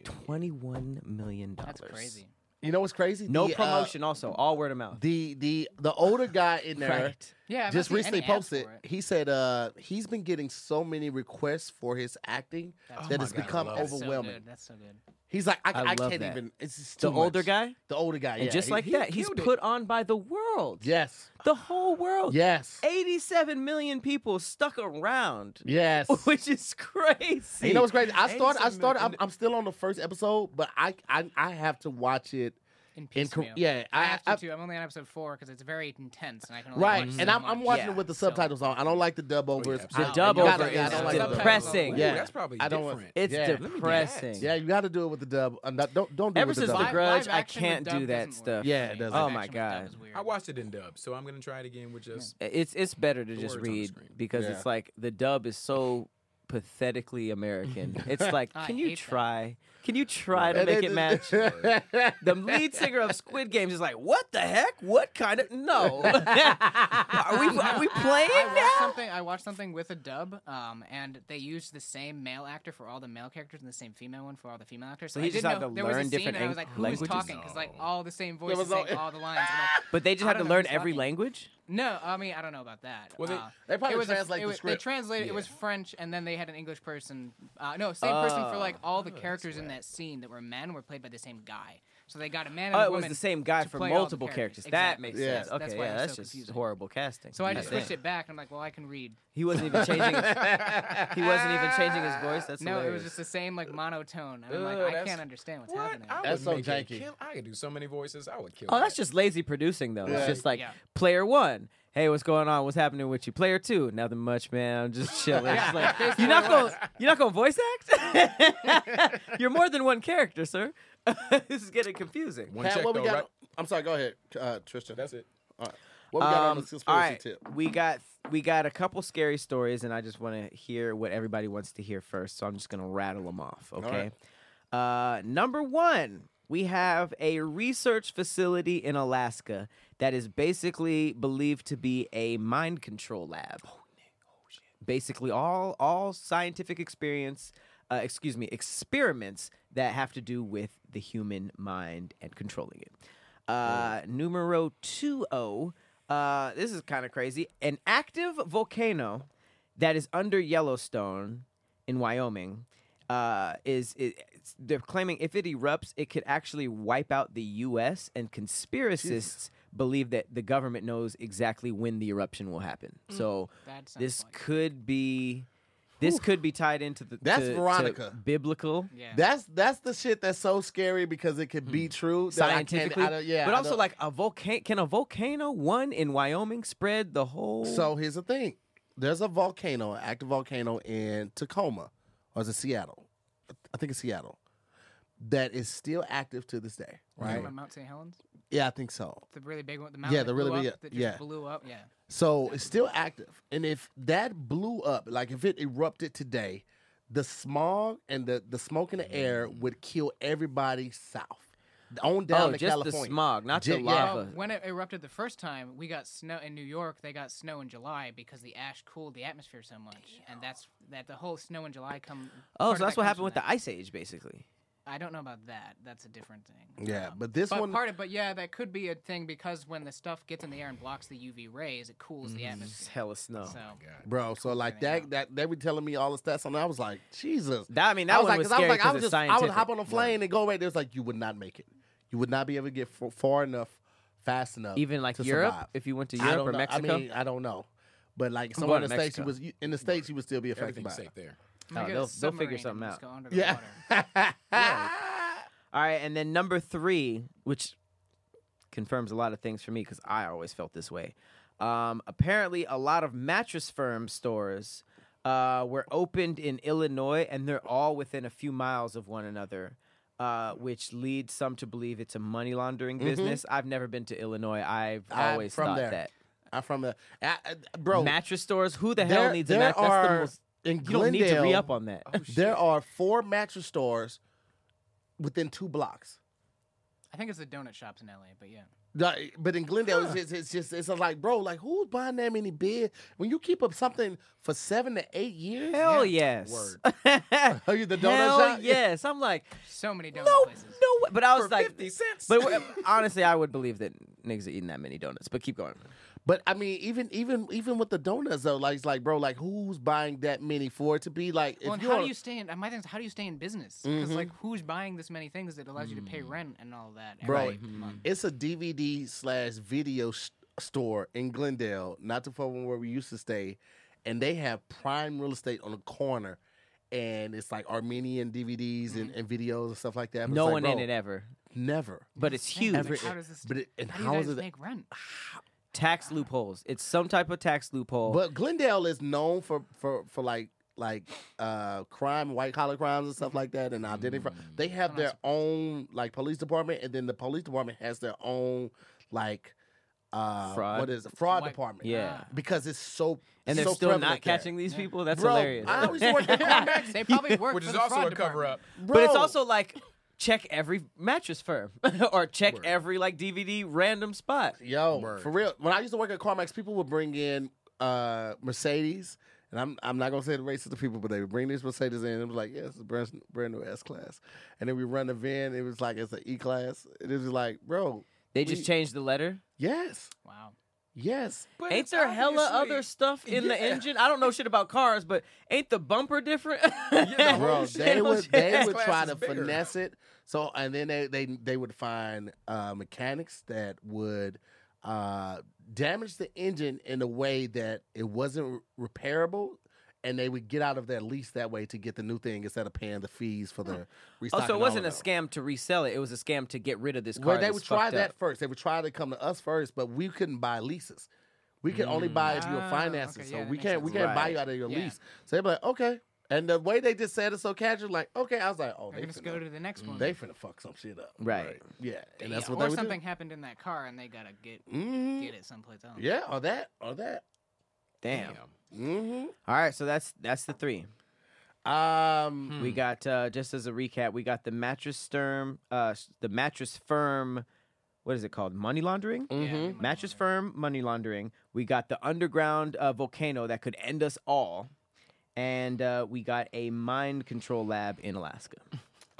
21 million dollars.
That's crazy.
You know what's crazy?
No
The, uh,
promotion. also, all word of mouth.
the the the older guy in there
Right.
Yeah, I've not
just
seen
recently
any ads
posted.
for it.
He said uh he's been getting so many requests for his acting that
my
it's
God, I
become
love it.
That's
overwhelming.
So good. That's so good.
he's like, I,
I
I,
love
can't
that.
even. It's just
the
too
older
much.
guy,
The older guy, yeah.
and just
he-
like
he-
that, he's
killed it.
put on by the world.
yes,
the whole world.
yes,
87 million people stuck around,
yes.
which is crazy.
You know what's crazy? I
Hey,
started. I
listen,
started.
man,
I'm, I'm still on the first episode, but I I, I have to watch it.
In
In
piecemeal.
Kor- yeah,
I,
I-
have to
I-
too. I'm only on episode four because it's very intense, and I can only
Right,
Watch
and
so
I'm, I'm
much.
watching
Yeah.
with the subtitles on. I don't like the dub overs.
absolutely.
I-
The dub
you gotta-
over
yeah, I
is
don't like the dub overs.
depressing.
Yeah,
Yeah.
that's probably
I don't want-
different.
It's
Yeah. Let me
depressing.
Yeah, you got to do it with the dub. Uh, not, don't don't do it
Ever
with
since
the
The
dub.
Live-
Grudge,
live
I
action with
can't
dub
do that
doesn't work
stuff.
for
Yeah,
me.
it doesn't.
Live
Oh my
action with dub
God.
is weird.
I watched it in dub, so I'm gonna try it again with just.
It's it's better to just
words on the
read
screen.
because
Yeah.
it's like the dub is so pathetically American. It's like,
I
can you
hate that.
try? Can you try to make it match? The lead singer of Squid Games is like, what the heck? What kind of no? are we are we playing
I watched
now?
something. I watched something with a dub, um, and they used the same male actor for all the male characters and the same female one for all the female actors. So,
he
I didn't
just had
know
to
there was a
learn
scene,
different
and I
ang-
was like, "Who's
languages?
talking?" Because like all the same voices
was no-
saying all the lines. I'm like,
But they just
I
had
don't
to
know
learn
who's
every
talking.
language.
No, I mean I don't know about that.
Well, they-
Uh,
they probably
it was a-
translate
it
the
was- They
script.
translated. It was French, and then they had an English person. Uh, no, same person for like all the
Oh,
characters in that scene that were men were played by the same guy. So they got a man and
Oh,
a
it was
woman
the same guy
to
for
play all the
multiple characters.
characters.
That
Exactly.
makes
Yeah.
sense.
That's-
Okay,
that's why
yeah,
it's
that's
so
just
confusing.
horrible casting.
So I
Yeah.
just switched it back, and I'm like, well, I can read.
He wasn't even changing. His, he wasn't even changing his voice. That's
No, it was
hilarious. Uh,
just the same like monotone. And
Ugh,
I'm like, I
that's-
can't understand what's
What?
happening.
I would
That's so
make it
janky.
kill- I could do so many voices. I would kill.
Oh, that's
that.
just lazy producing though. It's
Right.
just like
Yeah.
player one. Hey, what's going on? What's happening with you? Player two, nothing much, man. I'm just chilling. It's like, you're not going. You're not going voice act. you're more than one character, sir. this is getting confusing.
one
Pat,
check
what we
though,
got?
right?
I'm sorry. Go ahead, uh, Tristan.
That's it.
What we got on
Um,
the conspiracy
all right,
tip?
We got we got a couple scary stories, and I just want to hear what everybody wants to hear first. So I'm just gonna rattle them off. Okay. Uh, number one, we have a research facility in Alaska that is basically believed to be a mind control lab. Basically, all all scientific experience. Uh, excuse me, experiments that have to do with the human mind and controlling it. Uh, numero 20. Uh, this is kind of crazy. An active volcano that is under Yellowstone in Wyoming uh, is it, it's- they're claiming if it erupts, it could actually wipe out the U.S. and conspiracists believe that the government knows exactly when the eruption will happen. So
that sounds
this
like-
could be this could be tied into the
That's
to- to
Veronica.
biblical
Yeah.
That's that's the shit that's so scary because it could be true. that I can't-
scientifically,
I don't- yeah,
but
I
also
don't-
like a volcano. Can a volcano one in Wyoming spread the whole?
So here's the thing: there's a volcano, an active volcano in Tacoma, or is it Seattle? I think it's Seattle. That is still active to this day,
You know
right?
about Mount St. Helens,
Yeah, I think so.
the really big one, the mountain.
Yeah, the
that
really
blew
big-
up, that just
yeah.
blew up. Yeah,
So it's still active. And if that blew up, like if it erupted today, the smog and the, the smoke in the air would kill everybody south. On down
Mm. oh,
to
just
California.
the smog, not
Ju-
the
yeah.
lava.
Well, when it erupted the first time, we got snow in New York. They got snow in July because the ash cooled the atmosphere so much, and that's that the whole snow in July come.
Oh,
part of
so that's
that
what
comes
happened
from
with
that.
the ice age, basically.
I don't know about that. That's a different thing.
Yeah,
Um,
but this
but
one
part of but yeah, that could be a thing because when the stuff gets in the air and blocks the UV rays, it cools the
It's
atmosphere.
hella snow.
Oh
So
bro, so like that that they were telling me all the stats on that. I was like, Jesus.
That- I mean, that
I was
one
like,
was
'cause I was
scary
like, I
'cause
was
it's
just I would hop
scientific.
on a plane and go away. They was like, you would not make it. You would not be able to get f- far enough, fast enough.
Even like
to
Europe,
survive.
if you went to
I
Europe
don't
or
know.
Mexico,
I mean, I don't know. But like
I'm
somewhere in
going
the
to
states, you
Mexico.
was you- in the states, you would still be affected by
Everything's
it.
safe there.
I'm
No,
gonna get a
they'll- they'll figure
submarine and
something
just
out.
go under the
Yeah.
water.
all right. And then number three, which confirms a lot of things for me because I always felt this way. Um, apparently, a lot of mattress firm stores uh, were opened in Illinois, and they're all within a few miles of one another. Uh, which leads some to believe it's a money laundering business. I've never been to Illinois. I've
Mm-hmm. I'm
always
from
thought
there.
that.
I'm from the I, I- bro.
mattress stores. Who the
there-
hell needs a
there
mattress? That's the
are-
most.
in
You don't need to
Glendale- Oh,
re up on that. Oh,
there are four mattress stores within two blocks.
I think it's the donut shops in LA, but yeah.
Like, But in Glendale, it's, just, it's just it's like, bro, like who's buying that many beds when you keep up something for seven to eight years?
Hell yes.
Are you the donut
Hell
shop?
yes. I'm like,
So many donut
no,
places.
no way. But I was
For
like,
50 cents.
But w- honestly, I would believe that niggas are eating that many donuts. But keep going.
But I mean, even even even with the donuts though, like it's like, bro, like who's buying that many for it to be like?
Well, and
you
how
are-
do you stay in? My thing is, how do you stay in business? Because like,
Mm-hmm.
who's buying this many things that allows you to
Mm.
pay rent and all that? Every
Bro,
month?
It's a DVD slash video s store in Glendale, not too far from where we used to stay, and they have prime real estate on the corner, and it's like Armenian DVDs and,
Mm-hmm.
and videos and stuff like that. But
No
it's
one
like,
in
bro,
it ever.
Never.
But it's
Damn,
huge.
like, how does this?
But it, and
how do
how
you
is
guys
it?
make rent?
Tax loopholes. It's some type of tax loophole.
But Glendale is known for for for like like uh crime, white collar crimes and stuff like that, and identity. fraud. They
Mm.
have their own like police department, and then the police department has their own like uh
Fraud.
what is it? fraud
White-
department.
Yeah.
because it's so
and they're
so
still not
prevalent there.
catching these people. That's
Bro,
hilarious.
I always work at crime magazine.
They probably work
Which
for
is
the
also a
fraud
cover up.
department.
But it's
Bro.
also like check every mattress firm or check every like DVD random spot.
Yo, for real. When I used to work at CarMax, people would bring in uh, Mercedes, and I'm I'm not gonna say the race of the people, but they would bring these Mercedes in. And it was like, yeah, it's a brand, brand new S class, and then we run the van. It was like it's an E class. It was like, bro,
They just changed the letter.
yes,
Wow.
yes.
But
Ain't there hella
obviously-
other stuff in the
Yeah.
engine? I don't know shit about cars, but ain't the bumper different?
the whole
Bro,
Oh,
they would they would
Class
try
is
to
bigger.
finesse it. So and then they they they would find uh, mechanics that would uh, damage the engine in a way that it wasn't re- repairable. And they would get out of that lease that way to get the new thing instead of paying the fees for the restock.
Oh, so it
and all
wasn't a
of that.
scam to resell it. It was a scam to get rid of this car.
Well, they
that's
would try
fucked
that
up.
first. They would try to come to us first, but we couldn't buy leases. We could only buy if you were
Ah,
financing.
okay,
so
yeah, that
we
makes
can't we
sense.
can't buy
Mm. Right.
you out of your
Yeah.
lease. So they'd be like, okay. And the way they just said it so casual, like, okay, I was like, oh,
We're
they
gonna just
finna-
go to the next one.
they finna fuck some shit up.
Right.
Yeah. And that's what
Yeah, or
they would
something happened in that car and they gotta get
do. Mhm.
get it someplace else.
Yeah, or that, or that.
Damn.
Mm-hmm.
All right, so that's that's the three.
Um,
Hmm.
We got uh, just as a recap, we got the mattress firm, uh, the mattress firm. What is it called? Money laundering.
Yeah,
Mm-hmm.
I mean,
Mattress firm, money laundering. We got the underground uh, volcano that could end us all, and uh, we got a mind control lab in Alaska.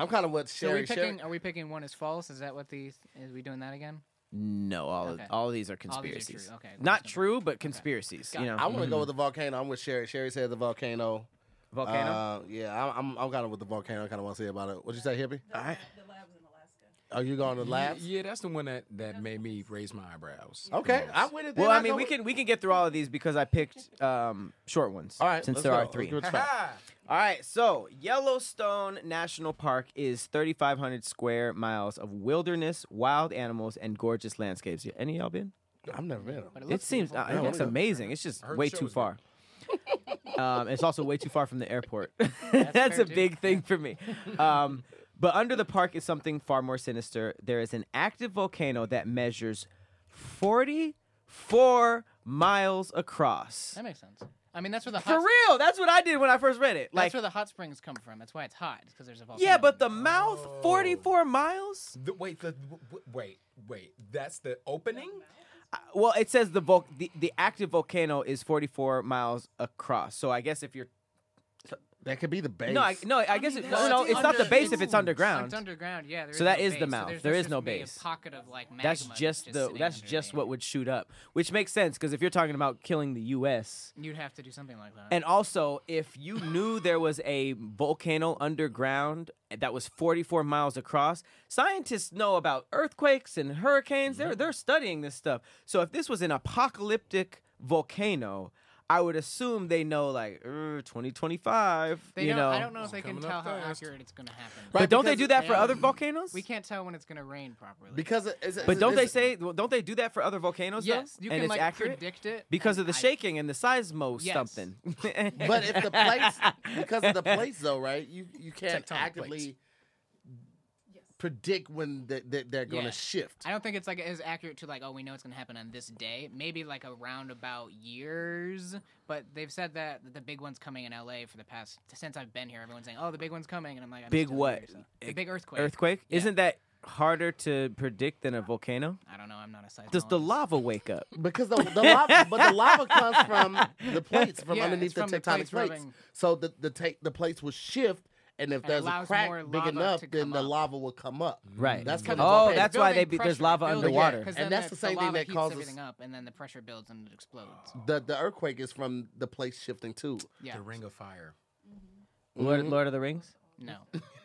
I'm kind of what
So are
Sherry.
we picking? Are we picking one is false? Is that what these? Is we doing that again?
No, all
Okay.
of, all of these are
All these are
conspiracies.
true. Okay,
Not
just-
true, but conspiracies. You know,
I want to go with the volcano. I'm with Sherry. Sherry said the volcano.
volcano.
Uh, yeah, I'm, I'm, I'm kind of with the volcano. I kind of want to say about it. What'd you say, hippie?
I-
Are you going to
Yeah,
labs?
yeah, that's the one that, that made me raise my eyebrows.
Okay, I'm with it. then.
well, I
I'll
mean,
go
we
with-
can we can get through all of these because I picked um, short ones.
All right,
since
let's
there
go.
are
Let's
three.
give it a try.
Ha!
All right, so Yellowstone National Park is 3,500 square miles of wilderness, wild animals, and gorgeous landscapes. Yeah, Any of y'all been?
I've never been.
But
It
looks
seems
beautiful.
uh, it's amazing. It's just
heard
way
shows
too
it.
far. um, it's also way too far from the airport. That's,
fair,
a
too.
big thing for me. Um, but under the park is something far more sinister. There is an active volcano that measures 44 miles across.
That makes sense. I mean, that's where the hot
For real, that's what I did when I first read it. Like,
that's where the hot springs come from. That's why it's hot because there's a volcano. Oh.
yeah, but
in
the
there.
mouth, 44 miles.
The- wait, the, w- w- wait, wait. That's the opening?
Well, it says the, vol- the the active volcano is 44 miles across. So I guess if you're
That could be the base.
No, I, no, I guess it, no,
that's
no, it's not the
under-
base if it's underground.
It's underground, yeah. there
So that
no
is the
base. So
mouth.
there's-
There
there's
is no
just maybe a
base.
pocket of like magma
That's just the
sitting
that's
under
just
there.
what would shoot up, which makes sense because if you're talking about killing the U.S.
You'd have to do something like that.
and also if you knew there was a volcano underground that was 44 miles across, scientists know about earthquakes and hurricanes.
Mm-hmm.
They're they're studying this stuff. So if this was an apocalyptic volcano, I would assume they know like er, 2025.
they
you
don't,
know,
I don't know if they can
coming
tell
up
how
fast.
accurate it's going to happen.
but don't they
because
do that for
it-
other volcanoes?
We can't tell when it's going to rain properly.
Because it, it's,
But don't they
it's-
say? Don't they do that for other volcanoes? though?
yes, you
and
can
it's
like
accurate?
predict it
because
and
of the
I-
shaking and the seismo
Yes.
something.
But if the place, because of the place though, right? You you can't
Tectonic
actively
plates.
predict when they, they, they're going to
Yeah.
shift.
I don't think it's like as accurate to like oh we know it's gonna happen on this day maybe like around about years but they've said that the big one's coming in LA for the past since I've been here everyone's saying oh the big one's coming and I'm like I'm
Big
still
what?
here, so. the big earthquake
earthquake
Yeah.
isn't that harder to predict than a volcano?
I don't know I'm not a seismologist
Does the lava wake up?
Because the, the lava, but the lava comes from the plates from
Yeah,
underneath
it's
the
from the
tectonic
plates
plates.
rubbing.
So the the, ta- the plates will shift, and if
And
there's a
allows
crack
more
big
lava
enough,
to
then
come
the
up.
lava will come up.
Right.
That's kind
Oh,
of
It's
that's why they
building
be- there's
pressure,
lava
building-
underwater.
yeah, 'cause
And
then
that's the same thing
lava
that
heats
causes-
everything up and then the pressure builds and it explodes
The the earthquake is from the place shifting too.
yeah
The Ring of Fire.
Lord, Lord of the Rings.
no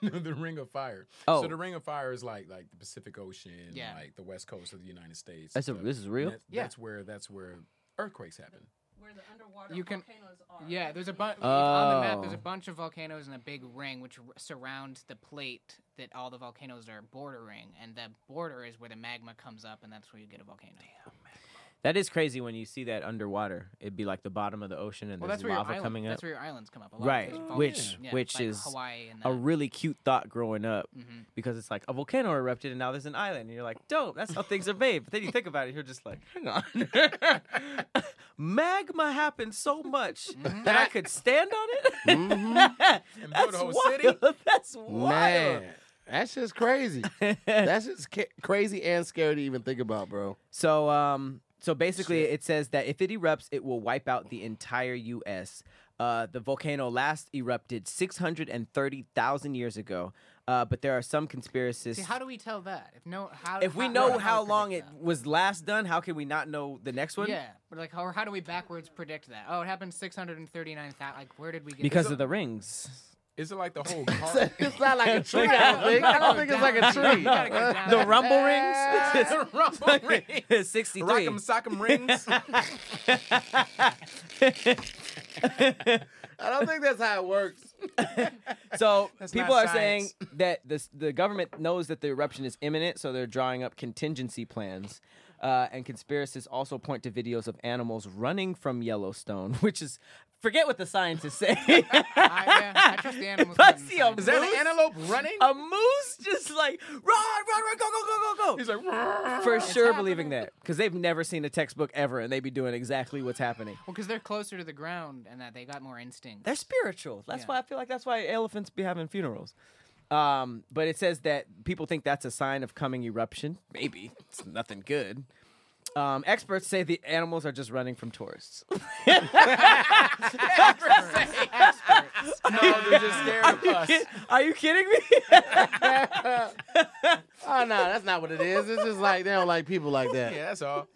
the Ring of Fire.
Oh.
So the Ring of Fire is like like the Pacific Ocean,
Yeah.
like the west coast of the United States.
That's a,
The-
this is real.
That's,
Yeah.
that's where that's where earthquakes happen.
where the underwater
You can-
volcanoes are.
Yeah, there's a bunch on the map. There's
Oh.
a bunch of volcanoes and a big ring which r- surrounds the plate that all the volcanoes are bordering, and the border is where the magma comes up, and that's where you get a volcano.
That is crazy when you see that underwater. It'd be like the bottom of the ocean and
Well,
there's
that's where your
lava
island,
coming up.
That's where your islands come up. A lot of
Right,
those
which
volcanoes, yeah,
which
like
is
Hawaii and
a
that.
really cute thought growing up
Mm-hmm.
Mhm.
because it's like a volcano erupted and now there's an island and you're like, dope, that's how things are made. But then you think about it, you're just like, hang on, magma happened so much that I could stand on it.
Mm-hmm. And build
that's
a whole
wild.
city.
That's wild.
Man, that's just crazy. that's just ca- crazy and scary to even think about, bro.
So um so basically it says that if it erupts, it will wipe out the entire US. Uh, the volcano last erupted 630,000 years ago, uh, but there are some conspiracists.
See, how do we tell that? If no, how
if we
how-
know
how,
how
we
long it
predict
was last done, how can we not know the next one?
that? Yeah, but like, how, how do we backwards predict that? Oh, it happened 639,000. Like, where did we get
Because
this?
of the rings.
Is it like the whole car?
It's not like a tree. I don't think, I don't think it's like a
You gotta
tree.
go down.
The rumble rings?
The rumble ring.
It's 63.
Rock'em sock'em rings.
I don't think that's how it works.
So
not
people are saying
science.
that this, the government knows that the eruption is imminent, so they're drawing up contingency plans. Uh, and conspiracists also point to videos of animals running from Yellowstone, which is forget what the scientists say.
I, yeah, I trust the animals.
If I
more than
see
science.
a
Is that
Moose?
an antelope running?
A moose just like run, run, run, go, go, go, go, go.
He's like, "Rrrr."
For sure, believing that because they've never seen a textbook ever, and they be doing exactly what's happening.
Well, because they're closer to the ground and that they got more instinct.
They're spiritual. That's
Yeah.
why I feel like that's why elephants be having funerals. Um, but it says that people think that's a sign of coming eruption. Maybe it's nothing good. Um, experts say the animals are just running from tourists.
experts.
no, they're just scared of us.
are you kidding me?
Oh no, that's not what it is. It's just like they don't like people like that.
Yeah, that's all.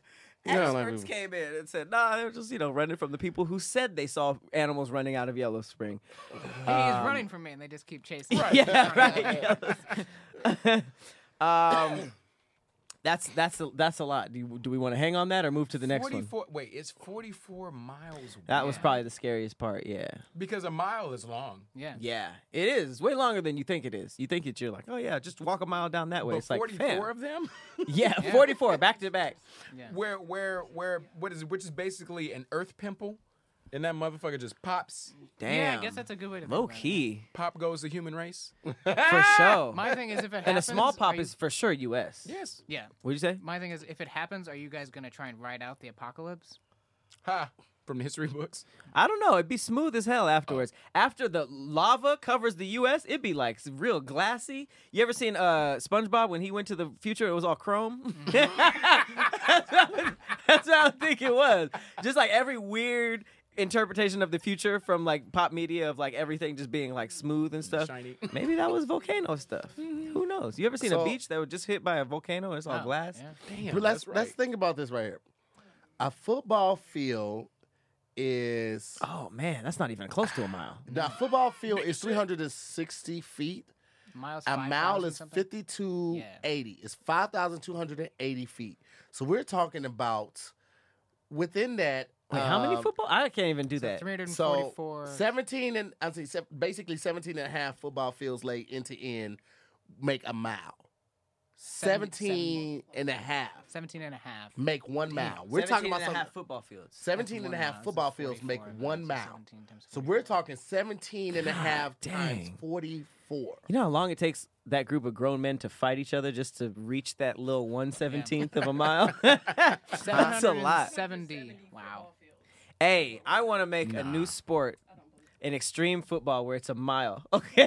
They don't like
experts
people.
came in and said, "Nah, they're just you know running from the people who said they saw animals running out of Yellow Spring."
He's running from me, and they just keep chasing. Right.
Um, Yeah, right. um, that's that's a, that's a lot. Do, you, do we want to hang on that or move to the next one?
44, wait, it's 44 miles
That was
wide.
probably the scariest part. Yeah.
Because a mile is long.
Yeah.
Yeah, it is way longer than you think it is. You think it, you're like, oh yeah, just walk a mile down that way.
But
it's like,
44
fam.
of them?
yeah, 44 back to back.
where, where, where, what is, which is basically an earth pimple. And that motherfucker just pops.
Damn,
Yeah, I guess that's a good way to think
low
about it.
key
Pop goes the human race.
for sure.
My thing is, if it happens,
and a small
are
pop
you-
is for sure U.S.
Yes.
yeah.
What'd you say?
My thing is, if it happens, are you guys gonna try and ride out the apocalypse?
Ha. From the history books.
I don't know. It'd be smooth as hell afterwards. After the lava covers the U.S., it'd be like s- real glassy. You ever seen uh, SpongeBob when he went to the future? It was all chrome. that's, what I, that's what I think it was. Just like every weird interpretation of the future from like pop media of like everything just being like smooth and stuff.
Shiny.
Maybe that was volcano stuff. Who knows? You ever seen
So-
a beach that was just hit by a volcano? and It's all
Oh,
glass.
yeah.
Damn,
But let's
that's right.
let's think about this right here. A football field is
Oh man, that's not even close to a mile.
now a football field is 360 feet.
Miles.
A
5,000
mile is
something?
5280. It's 5,280 feet. So we're talking about within that.
Wait, how many
um,
football? I can't even do
So
that.
344.
So 17 and I see se- basically 17 and a half football fields laid end to end make a mile. 17 and a half
17 and a half.
make one mile. We're talking about something.
football fields.
17 and a
One
half
mile, so
football fields make
44,
one
so
mile.
17 times
So we're
44.
talking 17 and a half times
dang.
44.
You know how long it takes that group of grown men to fight each other just to reach that little one seventeenth of a mile? That's a lot.
770. Wow.
Hey, I want to make a new sport. An extreme football where it's a mile. Okay.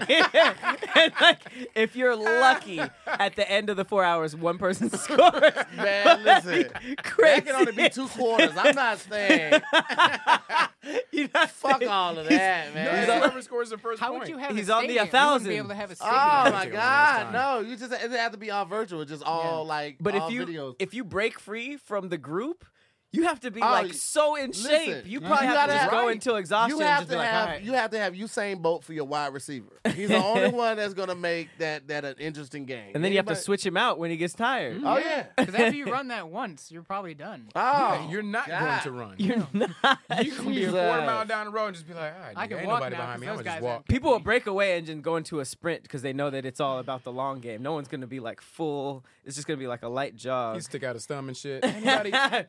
and like, if you're lucky at the end of the four hours, one person scores.
Man, listen.
Crazy.
That can only be two quarters. I'm not saying
You're not
fuck
saying-
all of that,
Yeah,
man.
whoever scores the first
How
point.
would you have?
He's
a
on the
stadium? You wouldn't
1,000.
Be able to have a stadium.
Oh my
Take it one at a
god,
time.
no! You just it have to be all virtual, just all like
But
all
if you
videos.
if you break free from the group, you have to be
Oh,
like
you-
so in shape.
listen, you
You probably have
gotta
to just
have-
go
right.
until exhaustion.
you have
and just
to
be
have
like, all right.
you have to have Usain Bolt for your wide receiver. He's the only one that's gonna make that that an interesting game.
and then you have to
Anybody-
switch him out when he gets tired.
Oh yeah.
Because after you run that once, you're probably done.
Oh,
You're not
God.
going to run.
You're not.
You can be a
Jesus.
quarter mile down the road and just be like, all right,
I
nigga,
can
ain't
walk
nobody
now,
behind me.
'cause
I'm going to just
those guys
walk.
have-
People will break away and just go into a sprint because they know that it's all about the long game. No one's going to be like full. It's just going to be like a light jog.
He stick out his thumb and shit. Anybody? God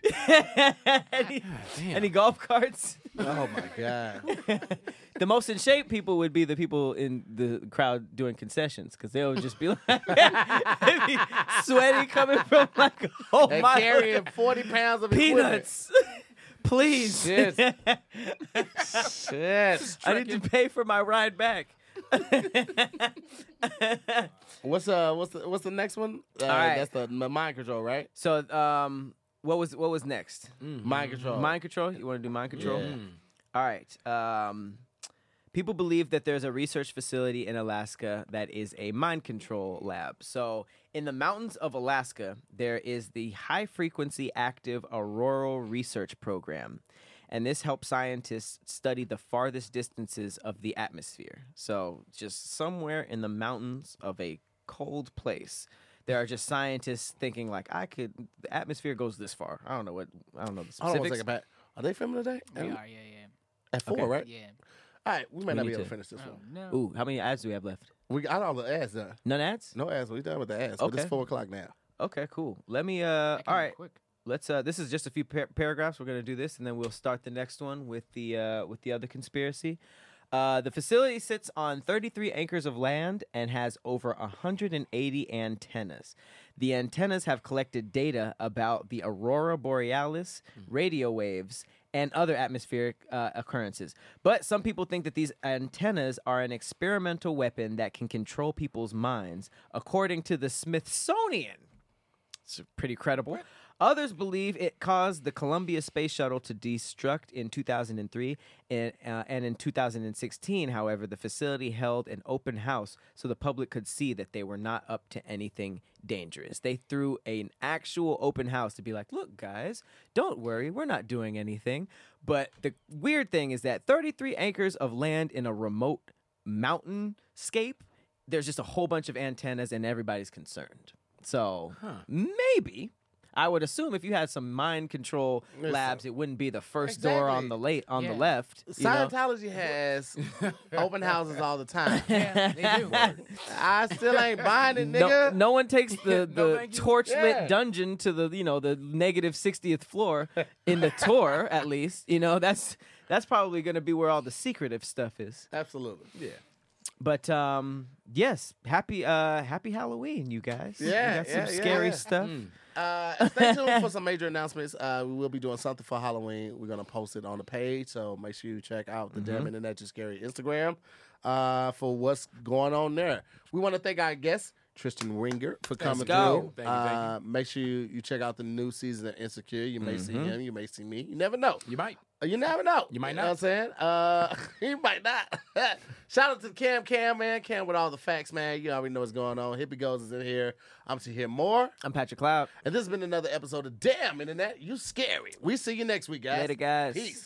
any,
damn.
any golf carts?
Ah, oh my god.
the most in shape people would be the people in the crowd doing concessions because they'll just be like they'd be sweaty coming from like a whole
And
mile.
carrying forty pounds of
peanuts. Please,
Shit.
I
equipment.
need to pay for my ride back.
What's uh what's the what's the next one? Uh,
right.
That's the m- mind control, right?
So, um, what was what was next?
Mm, Mind control.
Mind control. You want to do mind control?
Yeah.
All right. Um, people believe that there's a research facility in Alaska that is a mind control lab. So, in the mountains of Alaska, there is the High Frequency Active Auroral Research Program. And this helps scientists study the farthest distances of the atmosphere. So, just somewhere in the mountains of a cold place. There are just scientists thinking like I could. The atmosphere goes this far. I don't know what. I don't know the
Hold on one
specifics.
second, Pat. Are they filming today?
We
Um,
are, yeah,
At four, right?
yeah, yeah.
All right, we might not
need
be able to
to-
finish this one.
No.
Ooh, how many ads do we have left?
We got all the ads done.
None ads?
No ads. We done with the ads. But it's
Okay.
four o'clock now.
Okay, cool. Let me. Uh,
That came
all
up
right.
Quick.
Let's. Uh, this is just a few par- paragraphs. We're gonna do this, and then we'll start the next one with the uh, with the other conspiracy. Uh, the facility sits on 33 acres of land and has over 180 antennas. The antennas have collected data about the aurora borealis, radio waves, and other atmospheric uh, occurrences. But some people think that these antennas are an experimental weapon that can control people's minds, according to the Smithsonian. It's pretty credible. Others believe it caused the Columbia space shuttle to destruct in 2003 and, uh, and in 2016. However, the facility held an open house so the public could see that they were not up to anything dangerous. They threw an actual open house to be like, look, guys, don't worry, we're not doing anything. But the weird thing is that 33 acres of land in a remote mountain scape there's just a whole bunch of antennas and everybody's concerned. So mm, maybe I would assume if you had some mind control labs, it wouldn't be the first door on
Exactly.
the late on
Yeah.
the left. you know?
Scientology has open houses all the time.
Yeah, they do.
I still ain't buying it,
No,
nigga.
no one takes the, the
thank you.
torch lit
Yeah.
dungeon to the you know the negative sixtieth floor in the tour at least you know that's that's probably gonna be where all the secretive stuff is.
Absolutely. Yeah.
But um, yes, happy uh, happy Halloween, you guys.
Yeah,
we got some
yeah, yeah,
scary
yeah.
stuff.
Uh, stay tuned for some major announcements. Uh, we will be doing something for Halloween. We're gonna post it on the page, so make sure you check out the
Mm-hmm.
Damn Internet Just Scary Instagram uh, for what's going on there. We want to thank our guests, Tristan Winger for coming
go.
through.
Thank you, thank you.
Uh, make sure you, you check out the new season of Insecure. You may see him, you may see me. You never know.
Mm-hmm.
Uh,
You might.
You never know.
You might
know what I'm saying? Uh, you might not. Shout out to Cam Cam, man. Cam with all the facts, man. You already know what's going on. Hippie Goes is in here. I'm to hear more.
I'm Patrick Cloud.
And this has been another episode of Damn Internet. You scary. We see you next week, guys.
Later, guys.
Peace.